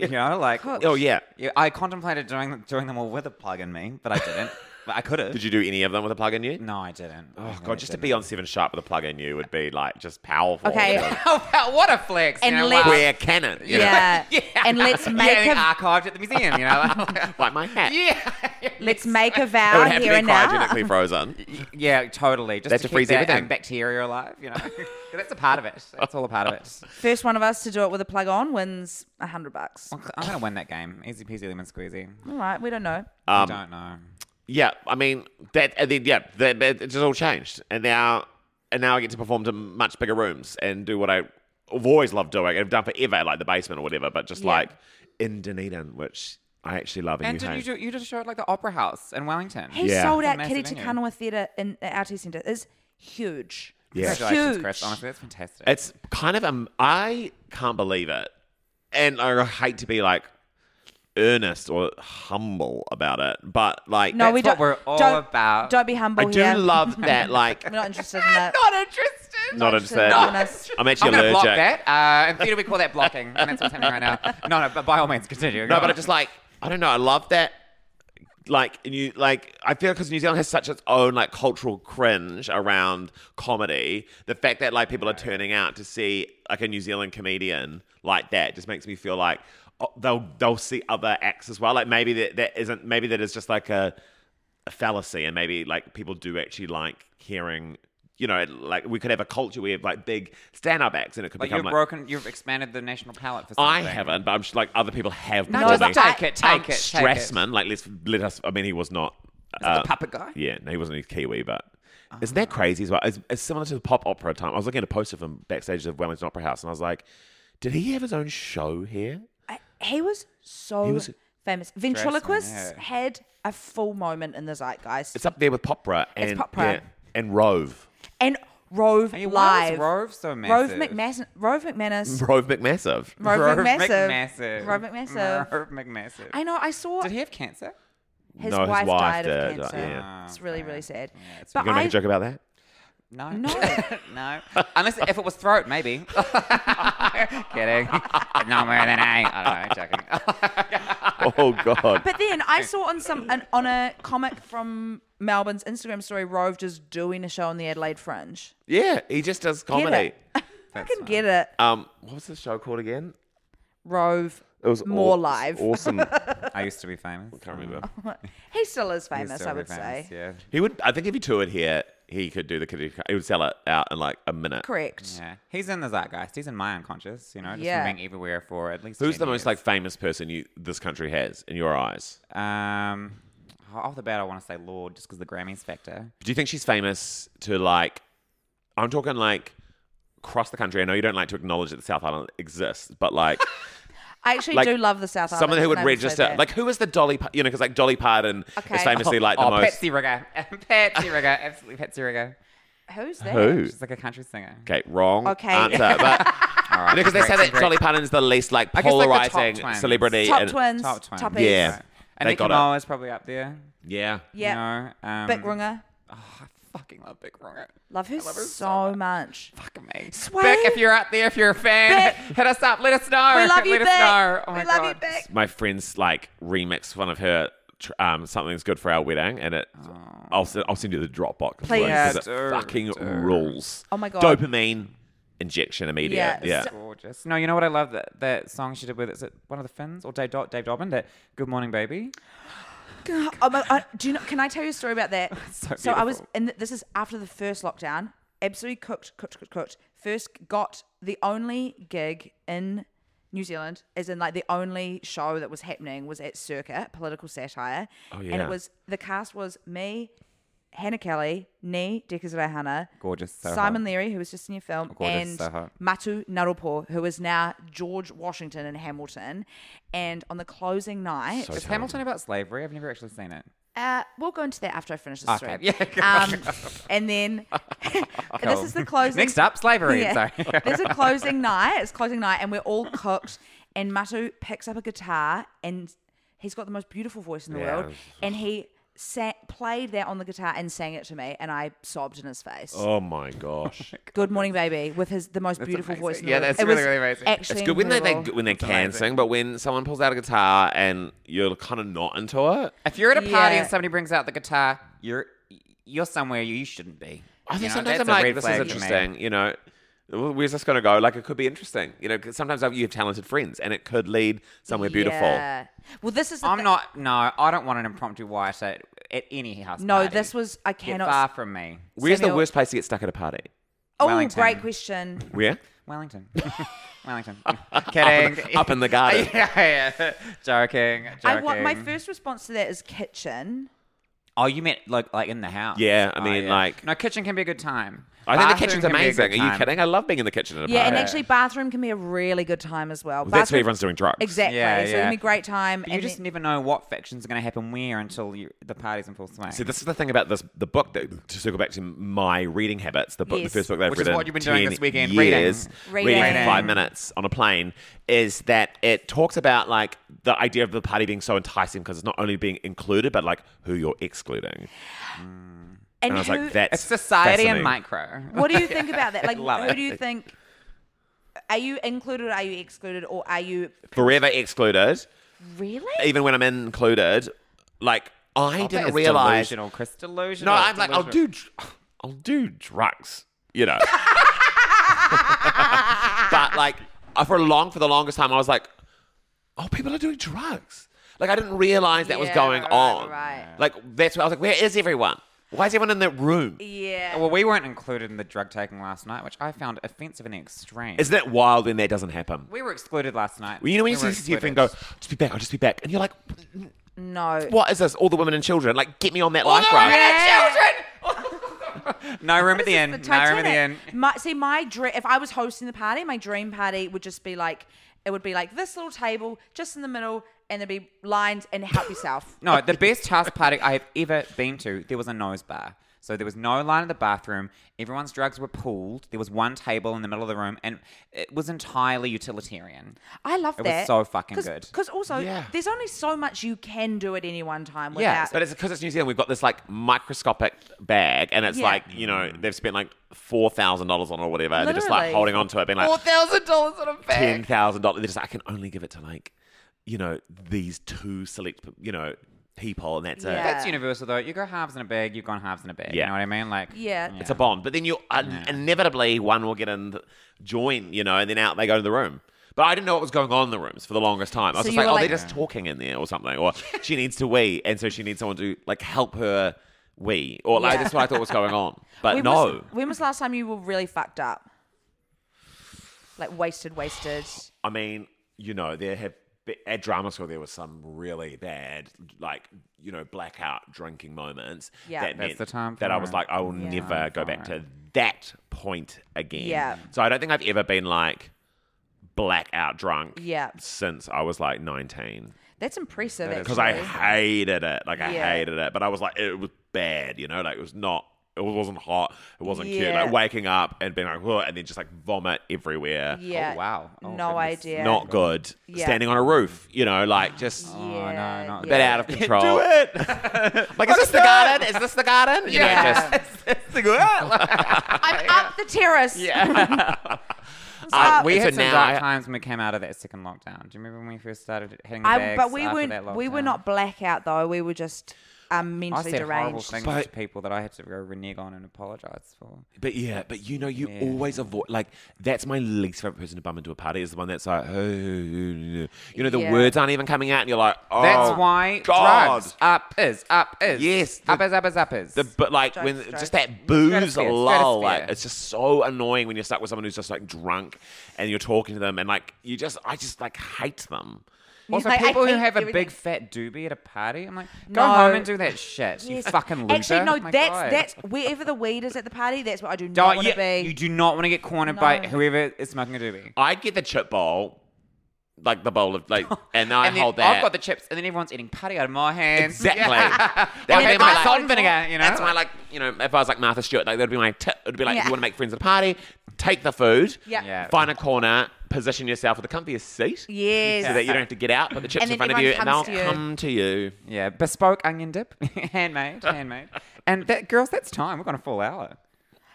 You know, like
Oh yeah.
yeah, I contemplated doing them- doing them all with a plug in me, but I didn't. but I could have.
Did you do any of them with a plug in you?
No, I didn't. I
Oh
really
god, just to
didn't.
be on Seven Sharp with a plug in you would be like just powerful.
Okay.
You know?
Oh, wow, what a flex! you
And
know,
let-
wow.
Queer canon. you know?
yeah. and let's
Yeah,
make
they
a
archived at the museum. You know,
like my hat.
yeah,
let's make a
It would
vow
have
here
to
and
be
now
cryogenically frozen.
yeah, totally. Just
That's
to
to
keep
freeze
that,
everything.
um, bacteria alive. You know, 'Cause that's a part of it. That's all a part of it.
first one of us to do it with a plug on wins a hundred bucks
I'm gonna win that game. Easy peasy lemon squeezy.
all right we don't know
Uh,
I
Um,
don't know.
Yeah, I mean that, and then yeah, that, that, it just all changed, and now and now I get to perform to much bigger rooms and do what I, have always loved doing. I've done forever, like the basement or whatever, but just
Yeah.
like in Dunedin, which I actually love.
And
And, you
did you
hate.
do, you did a show at like the Opera House in Wellington?
He
Yeah.
sold
It's a
out
massive
Kitty
venue.
Tikanawa Theatre in at RT Centre. It's huge.
Yeah.
It's
Congratulations,
huge.
Chris. Honestly, that's fantastic.
It's kind of um, I can't believe it, and I hate to be like earnest or humble about it, but like
no, we
That's
don't.
what we're all
don't,
about.
Don't be humble
I do
here.
love that like
We're not interested in that.
not interested.
not
interested
interested.
in honest.
I'm
I'm
actually
gonna block
allergic.
that. Uh, in theatre, we call that blocking, and that's what's happening right now. No, no, but by all means, continue.
No, but I just like I don't know. I love that like New like I feel because New Zealand has such its own like cultural cringe around comedy. The fact that like people are turning out to see like a New Zealand comedian like that just makes me feel like oh, they'll they'll see other acts as well. Like maybe that, that isn't maybe that is just like a, a fallacy, and maybe like people do actually like hearing. You know, like we could have a culture where we have like big stand-up acts, and it could
But
become
you've
like
broken, you've expanded the national palette for
I
something.
haven't, but I'm sure like other people have.
No,
more
just
than-
take it, take
Um,
it, take it.
Strassman, like let's let us. I mean, he was not.
The
uh,
puppet guy. Ah.
yeah, no, he wasn't. He's Kiwi, but isn't that crazy as well? It's, it's similar to the pop opera time. I was looking at a poster from backstage of Wellington Opera House, and I was like, did he have his own show here?
I- he was so
He was-
famous. Ventriloquists
yeah.
had a full moment in the zeitgeist.
It's up there with popra and
It's popra.
yeah, and Rove,
and Rove
Hey, why
Live.
is Rove so
Rove,
massive?
McMas- Rove McManus.
Rove McMassive.
Rove, McMassive.
McMassive.
Rove McMassive.
Rove McMassive.
I know, I saw
Did he have cancer?
his,
No, his
wife
wife
died
did,
of
like,
cancer.
yeah.
It's really, really sad.
Ah, it's
but
You gonna
I,
make a joke about that?
No.
No.
no. Unless if it was throat, maybe. Kidding. No more than I. I don't know. I'm joking.
Oh God!
But then I saw on some an, on a comic from Melbourne's Instagram story, Rove just doing a show on the Adelaide Fringe.
yeah, he just does
Get
comedy.
it? I can get it.
Um, what was the show called again?
Rove.
It was
More
aw-
live.
Awesome. Can't
I used to be famous.
remember.
He still is
I used
famous,
to
I
be
would say.
famous, Yeah.
He would. I think if he toured here, he could do the Kadoka. He would sell it out in like a minute.
Correct.
Yeah. He's in the zeitgeist. He's in my unconscious. You know, just
Yeah.
from being everywhere for at least.
Who's
10
the most
years.
like famous person you this country has in your eyes?
Um, off the bat, I want to say Lord, just because the Grammys factor.
Do you think she's famous to like? I'm talking like across the country. I know you don't like to acknowledge that the South Island exists, but like
I actually
Like,
do love the South Island.
someone who would
and I say
register,
that.
like who is the Dolly? Pa- You know, because like Dolly Parton
Okay.
is famously like the
oh,
most.
Patsy Rigger. Patsy Rigger. Absolutely Patsy Rigger.
who's that?
Who?
She's like a country singer.
Okay, wrong
Okay.
answer. But
All right.
because they say
great,
that
great.
Dolly Parton is the least like
I guess, like, the top
polarizing
twins.
celebrity.
Top
and-
twins.
Top twins.
Top
Yeah.
East.
And
They
Nicki
got it.
Moa is probably up there.
Yeah.
Yeah.
You know, um,
Big Ringer.
Oh, I fucking love Big Ronger.
Love her,
love her
so,
so
much.
Fuck me.
Sway.
Beck, if you're out there, if you're a fan, hit us up. Let us know.
We love you,
Let
Beck.
us know. Oh
we
my
love
God.
you, Beck.
my friends like remixed one of her tr- um, something's good for our wedding, and it. I'll send, I'll send you the Dropbox.
Please.
because it
Yeah, dude,
fucking
dude.
rules.
Oh my God.
Dopamine injection immediate.
Yeah,
Yeah.
so-
Gorgeous. No, you know what I love that that song she did with is it one of the Finns or Dave, Do- Dave Dobbin that Good Morning Baby.
Oh my, uh, do you know, can I tell you a story about that?
so
I was,
beautiful.
and th- this is after the first lockdown. Absolutely cooked, cooked, cooked, cooked. First got the only gig in New Zealand, as in like the only show that was happening was at Circuit Political Satire, oh, and
yeah.
it was the cast was me, Hannah Kelly, Nee Deckers Rehana,
Gorgeous, so
Simon
hot.
Leary, who was just in your film,
gorgeous,
and
so hot.
Matu Naropo, who is now George Washington in Hamilton, and on the closing night,
Is Hamilton about slavery? I've never actually seen it.
uh, we'll go into that after I finish this
Okay,
story.
yeah, go
um, and then this is the closing.
Next up, slavery. Sorry.
There's a closing night. It's closing night, and we're all cooked. And Matu picks up a guitar, and he's got the most beautiful voice in the world. And he sa- played that on the guitar and sang it to me, and I sobbed in his face.
Oh my gosh.
Good morning, baby, with his the most beautiful
amazing.
voice. In the
Yeah,
world.
that's
It was
really, really amazing. That's
Actually,
It's good when they, they
incredible.
when they can sing, but when someone pulls out a guitar and you're kind of not into it,
If you're at a party
Yeah.
and somebody brings out the guitar, you're you're somewhere you shouldn't be.
I
You
think
know,
sometimes I'm
that's a
like,
red
this is
flag to me.
interesting. You know, Well, where's this going to go? Like, it could be interesting. You know, 'cause sometimes like, you have talented friends, and it could lead somewhere beautiful.
Yeah. Well, this is. The
I'm
thi-
not. No, I don't want an impromptu wife at, at any house.
No,
party.
this was. I
Get
cannot.
far from me.
Where's the
Samuel-
worst place to get stuck at a party?
oh,
Wellington.
great question.
Where?
Wellington. Wellington. Kidding.
Up in the garden.
yeah, yeah. Joking. Joking.
I want my first response to that is kitchen.
Oh, you meant like like in the house.
Yeah, I
Oh,
mean,
yeah.
like-
no kitchen can be a good time.
I think the
Bathroom
kitchen's
can be a good
amazing. Are you
time.
kidding? I love being in the kitchen at a
Yeah,
party.
and actually, bathroom can be a really good time as well.
that's where
Bathroom-
everyone's doing drugs.
Exactly.
Yeah,
So it
yeah.
can be a great time.
But you
and
just
then-
never know what factions are going to happen where until you, the party's in full swing.
See, this is the thing about this the book that to circle back to my reading habits, the book,
Yes.
the first book that I've
Which is
read in
what you've been doing
10
this weekend, reading.
years,
Reading.
for five minutes on a plane, is that it talks about like the idea of the party being so enticing because it's not only being included but like who you're excluding. And I was
who-
like, that's
it's society and
fascinating.
micro.
What do you think about that? Like,
Love
who
it.
do you think? Are you included? Are you excluded? Or are you
forever excluded.
really?
even when I'm included, like I
I'll bet
didn't
it's
realize.
Delusional, Chris, delusional.
No,
it's
I'm like, oh, I'll
delusional.
do, dr- I'll do drugs, you know. but like, uh, for long, for the longest time, I was like, oh, people are doing drugs. Like, I didn't realize that was
Yeah,
going
right,
on.
right.
Like, that's where I was like, where is everyone? Why is everyone in that room?
E Yeah.
Well, we weren't included in the drug taking last night, which I found offensive and extreme.
Isn't it wild when that doesn't happen?
we were excluded last night.
Well, you know when
We
you
were
see see your friend go,
excluded.
just be back, I'll just be back, and you're like,
no.
what is this? All the women and children, like, get me on that life raft.
Yeah.
No room at the
The
end. No room at the end.
Titanic. My, see, my dream. If I was hosting the party, my dream party would just be like it would be like this little table just in the middle, and there'd be lines and help yourself.
No, the best house party I have ever been to, there was a nose bar. So there was no line in the bathroom. Everyone's drugs were pooled. There was one table in the middle of the room, and it was entirely utilitarian.
I love
It was
that.
so fucking
Cause,
good.
Because also,
Yeah.
there's only so much you can do at any one time. Without,
Yeah,
But it's because it's New Zealand. We've got this like microscopic bag, and it's
Yeah.
like you know they've spent like four thousand dollars on it or whatever. and They're just like
Literally.
holding on to it, being like
thousand dollars on a
ten thousand dollars. They're just like, I can only give it to like you know these two select you know people, and that's
Yeah.
it.
That's universal though. You go halves in a bag, you've gone halves in a bag.
Yeah.
You know what I mean? Like
Yeah.
It's a bond. But then you un- inevitably one will get in, the- join, you know, and then out they go to the room. But I didn't know what was going on in the rooms for the longest time. I was
So
just
you
like,
were
oh,
like-
they're just talking in there or something, or she needs to wee, and so she needs someone to like help her wee, or like
Yeah.
that's what I thought was going on. But
When
no.
Was, when was the last time you were really fucked up? Like wasted, wasted.
I mean, you know, there have be- at drama school there were some really bad, like you know, blackout drinking moments.
Yeah.
that
That's
meant
the time
that I
for
was
it.
like, I will
Yeah.
never
Time
go
for
back
it.
to that point again.
Yeah.
So I don't think I've ever been like blackout drunk.
Yeah.
Since I was like nineteen,
That's impressive.
That is
because
actually.
I hated it. Like I
Yeah.
hated it, but I was like, it was bad. You know, like it was not. It wasn't hot. It wasn't cute.
Yeah.
Like waking up and being like, "Ugh," and then just like vomit everywhere
Yeah.
Oh, wow. Oh,
no
goodness.
idea.
not good.
Yeah.
Standing on a roof, you know, like just
Yeah.
Oh, no, not
a bit
yeah.
out of control.
it.
Like, is this the garden? Is this the garden? You know,
Yeah.
just-
I'm up the terrace. Yeah.
Uh,
we
so
had some
now
dark
I-
times when we came out of that second lockdown. Do you remember when we first started hitting the
I,
bags
but we
after that
weren't. We were
lockdown?
not blackout though. We were just um,
I
mentally
said horrible
deranged.
things
But-
to people that I had to go renege on and apologize for.
But yeah, but you know, you always avoid. Like, that's my least favorite person to bum into a party is the one that's like, oh, you know, the
Yeah.
words aren't even coming out, and you're like, oh,
That's why
God.
drugs up is up is
Yes, the-
up is up is up is.
The, but like
Strokes,
when
strokes.
just that booze
Stratosphere,
lull, like
stratosphere.
it's just so annoying when you're stuck with someone who's just like drunk and you're talking to them and like you just, I just like hate them.
also,
Like, I
people who
hate
have a
everything.
big fat doobie at a party, I'm like, go
No.
home and do that shit, you
Yes.
fucking loser. Oh
Actually, no.
My
that's
God.
that's wherever the weed is at the party. That's what I do
Don't-
not want to
yeah,
be.
You do not want to get cornered by
No.
whoever is smoking a doobie.
I get the chip bowl, like the bowl of like, and then I
and then
hold that.
I've got the chips, and then everyone's eating putty out of my hands.
exactly.
I've
That would be
had
my
my
like,
salt and vinegar, you know.
That's my like, you know, if I was like Martha Stewart, like that'd be my tip. It'd be like,
Yeah.
you want to make friends at a party, take the food,
Yeah.
Yeah.
find a corner, position yourself with the comfiest seat,
Yes.
so that you don't have to get out. Put the chips
And
in
then
front of you, and
everyone
they'll
comes to you.
come to you.
Yeah, bespoke onion dip, handmade, handmade. And that girls, that's time. We're gonna full hour.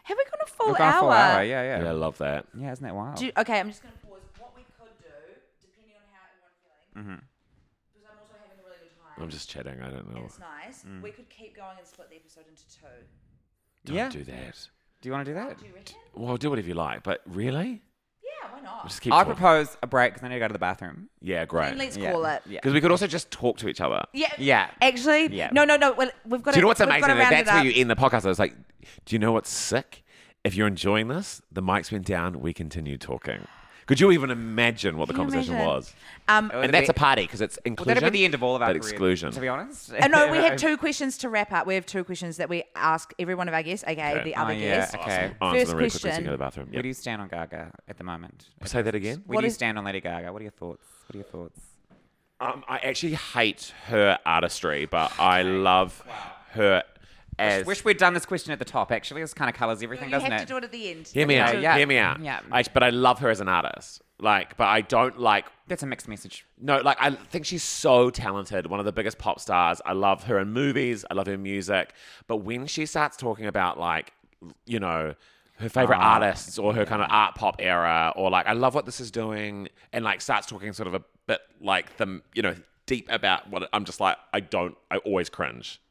Have we gone a full
We're gonna
hour?
full hour. Yeah,
Yeah, I
yeah,
love that.
yeah. Isn't that wild?
Do- okay, I'm just going to pause. What we could do, depending on how everyone's feeling, because I'm also having a really good time.
I'm just chatting. I don't
and
know.
it's nice. We could keep going and split the episode into two.
Don't
yeah.
do that.
Do you want to do that?
Do you reckon?
Well, do whatever you like, but really,
Yeah, why not?
just keep.
I
talking.
propose a break because I need to go to the bathroom.
Yeah,
Then
great.
let's
Yeah.
call it.
Yeah.
Because we could also just talk to each other.
Yeah.
Yeah.
Actually,
Yeah.
no, no, no. Well, we've got.
Do you
to-
know what's
we've got
amazing?
to
though?
round it
That's where
up.
you end the podcast. I was like, do you know what's sick? If you're enjoying this, the mic's went down. We continue talking. Could you even imagine what the
Can you
conversation
imagine?
was?
Um,
Well,
And
that'd
that's a
be-
party because it's
Well,
inclusion.
that'd be the end of all of our
but
career,
exclusion.
To be honest.
Uh, no, we had two questions to wrap up. We have two questions that we ask every one of our guests, aka
Okay.
the
Oh,
other
yeah.
guests.
Okay.
I'll answer
First
them really quickly so
question.
you can go to the bathroom.
Where do
Yep.
you stand on Gaga at the moment?
Say that again.
Where
What
do you
is-
stand on Lady Gaga? What are your thoughts? What are your thoughts?
Um, I actually hate her artistry, but I love her as.
Wish we'd done this question at the top. Actually, this kind of colours everything,
You
doesn't
have
it?
to do it at the end.
Hear me
Okay,
out.
yeah.
Hear me out.
Yeah.
I, but I love her as an artist. Like, but I don't like
That's a mixed message.
No, like I think she's so talented, one of the biggest pop stars. I love her in movies, I love her music, but when she starts talking about like, you know, her favorite artists or her kind of art pop era, or like I love what this is doing, and like starts talking sort of a bit like the, you know, deep about what it, I'm just like I don't I always cringe.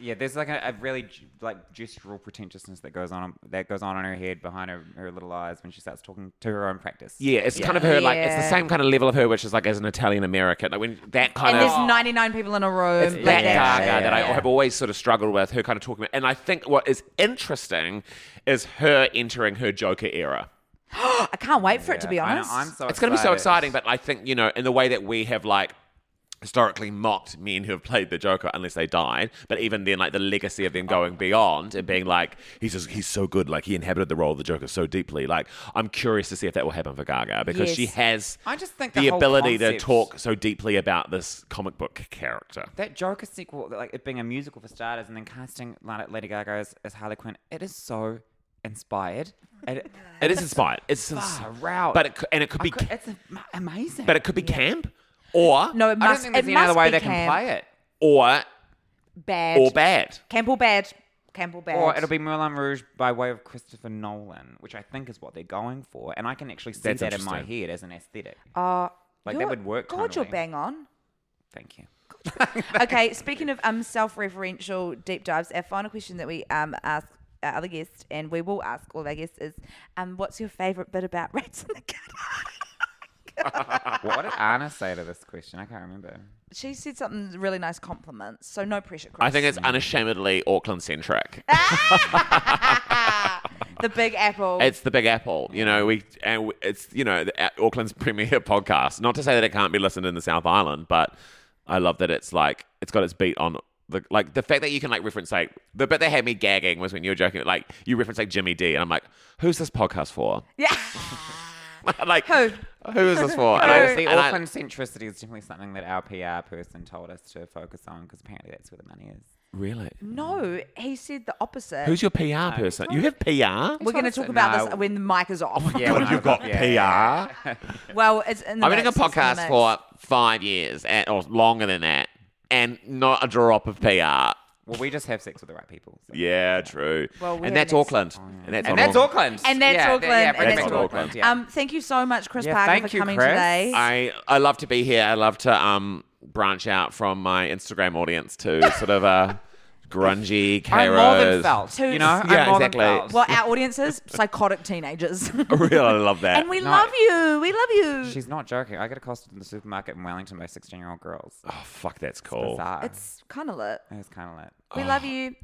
Yeah, there's like a, a really ju- like gestural pretentiousness that goes on that goes on in her head behind her, her little eyes when she starts talking to her own practice.
Yeah, it's kind of her like it's the
Yeah.
same kind of level of her, which is like as an Italian American, like when that kind
and
of
there's 99 people in a room.
it's
like
that
that.
gaga
yeah,
that I
yeah.
have always sort of struggled with. Her kind of talking about, and I think what is interesting is her entering her Joker era.
I can't wait for it to be
I know,
honest.
I'm so
it's going to be so exciting, but I think you know, in the way that we have like historically mocked men who have played the Joker unless they died, but even then, like the legacy of them going beyond and being like, he's just, he's so good, like he inhabited the role of the Joker so deeply. Like I'm curious to see if that will happen for Gaga because she
Yes.
has
I just think
the,
the whole
ability to
concept-
talk so deeply about this comic book character.
That Joker sequel, like it being a musical for starters, and then casting La- Lady Gaga as, as Harley Quinn, it is so inspired. It,
It is inspired. It's
far
inspired.
out.
But it, c- and it could
Oh, I
be,
could-
ca-
it's am- amazing.
but it could be camp, or
no, it
I don't
must.
think there's
It
any other
must
way
be
they
camp.
can play it.
or
Bad.
or bad.
Campbell bad. Campbell bad.
Or it'll be Moulin Rouge by way of Christopher Nolan, which I think is what they're going for. And I can actually see
That's
that in my
interesting.
head as an aesthetic.
Oh.
Uh,
Like, that
you're-
would work
God, you're
totally.
bang on.
Thank you.
okay, speaking of um self-referential deep dives, our final question that we um ask our other guests, and we will ask all of our guests, is um, what's your favourite bit about Rats in the Garden?
what did Anna say to this question? I can't remember.
she said something really nice compliments, so no pressure. Chris.
I think it's unashamedly Auckland centric.
the Big Apple.
It's the Big Apple, you know. We and we- it's you know the, uh, Auckland's premier podcast. Not to say that it can't be listened in the South Island, but I love that it's like it's got its beat on the like the fact that you can like reference like the bit that had me gagging was when you were joking like you referenced like Jimmy D and I'm like, who's this podcast for?
yeah.
like
Who?
Who is this for? And
But
I,
the
and I-
Auckland centricity is definitely something that our PR person told us to focus on because apparently that's where the money is.
really?
No, he said the opposite.
Who's your PR person? You have PR.
We're going to
Who's-
talk about
No.
this when the mic is off.
when I
You've
was-
got
yeah,
PR.
well, it's in the
I've been doing a
mix, it's in the
podcast
mix.
for five years and, or longer than that, and not a drop of PR.
Well, we just have sex with the right people. so-
Yeah, true.
Well,
and
we have
that's
next-
Auckland. And that's,
And
on
that's Auckland.
And that's
Yeah,
Auckland.
th- yeah,
and
bring
that's
it back to
Auckland.
Auckland, yeah.
Um, thank you so much, Chris
Yeah,
Parker,
thank
for
you,
coming
Chris.
today.
I I love to be here. I love to um branch out from my Instagram audience to sort of a grungy
I'm
Kairos.
more than felt.
To-
you know, I'm
Yeah,
more
exactly.
than felt.
Well, our audience is psychotic teenagers.
I really love that.
and we
No,
love you. We love you.
She's not joking. I got accosted in the supermarket in Wellington by 16 year old girls.
oh fuck, that's cool.
Bizarre.
It's kind of lit.
it was kind of lit.
We love you.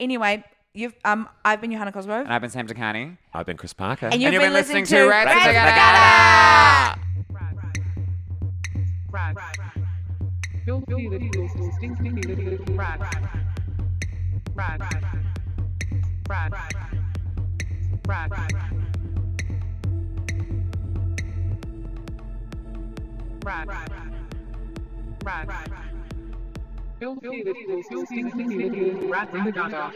Anyway, you've um, I've been Johanna Cosgrove.
And I've been Sam Takani.
I've been Chris Parker.
And you've,
you've
been,
been
listening,
listening to
to
Rats
Rats
in the
in the
Garden.
Garden.
Rats in the dada.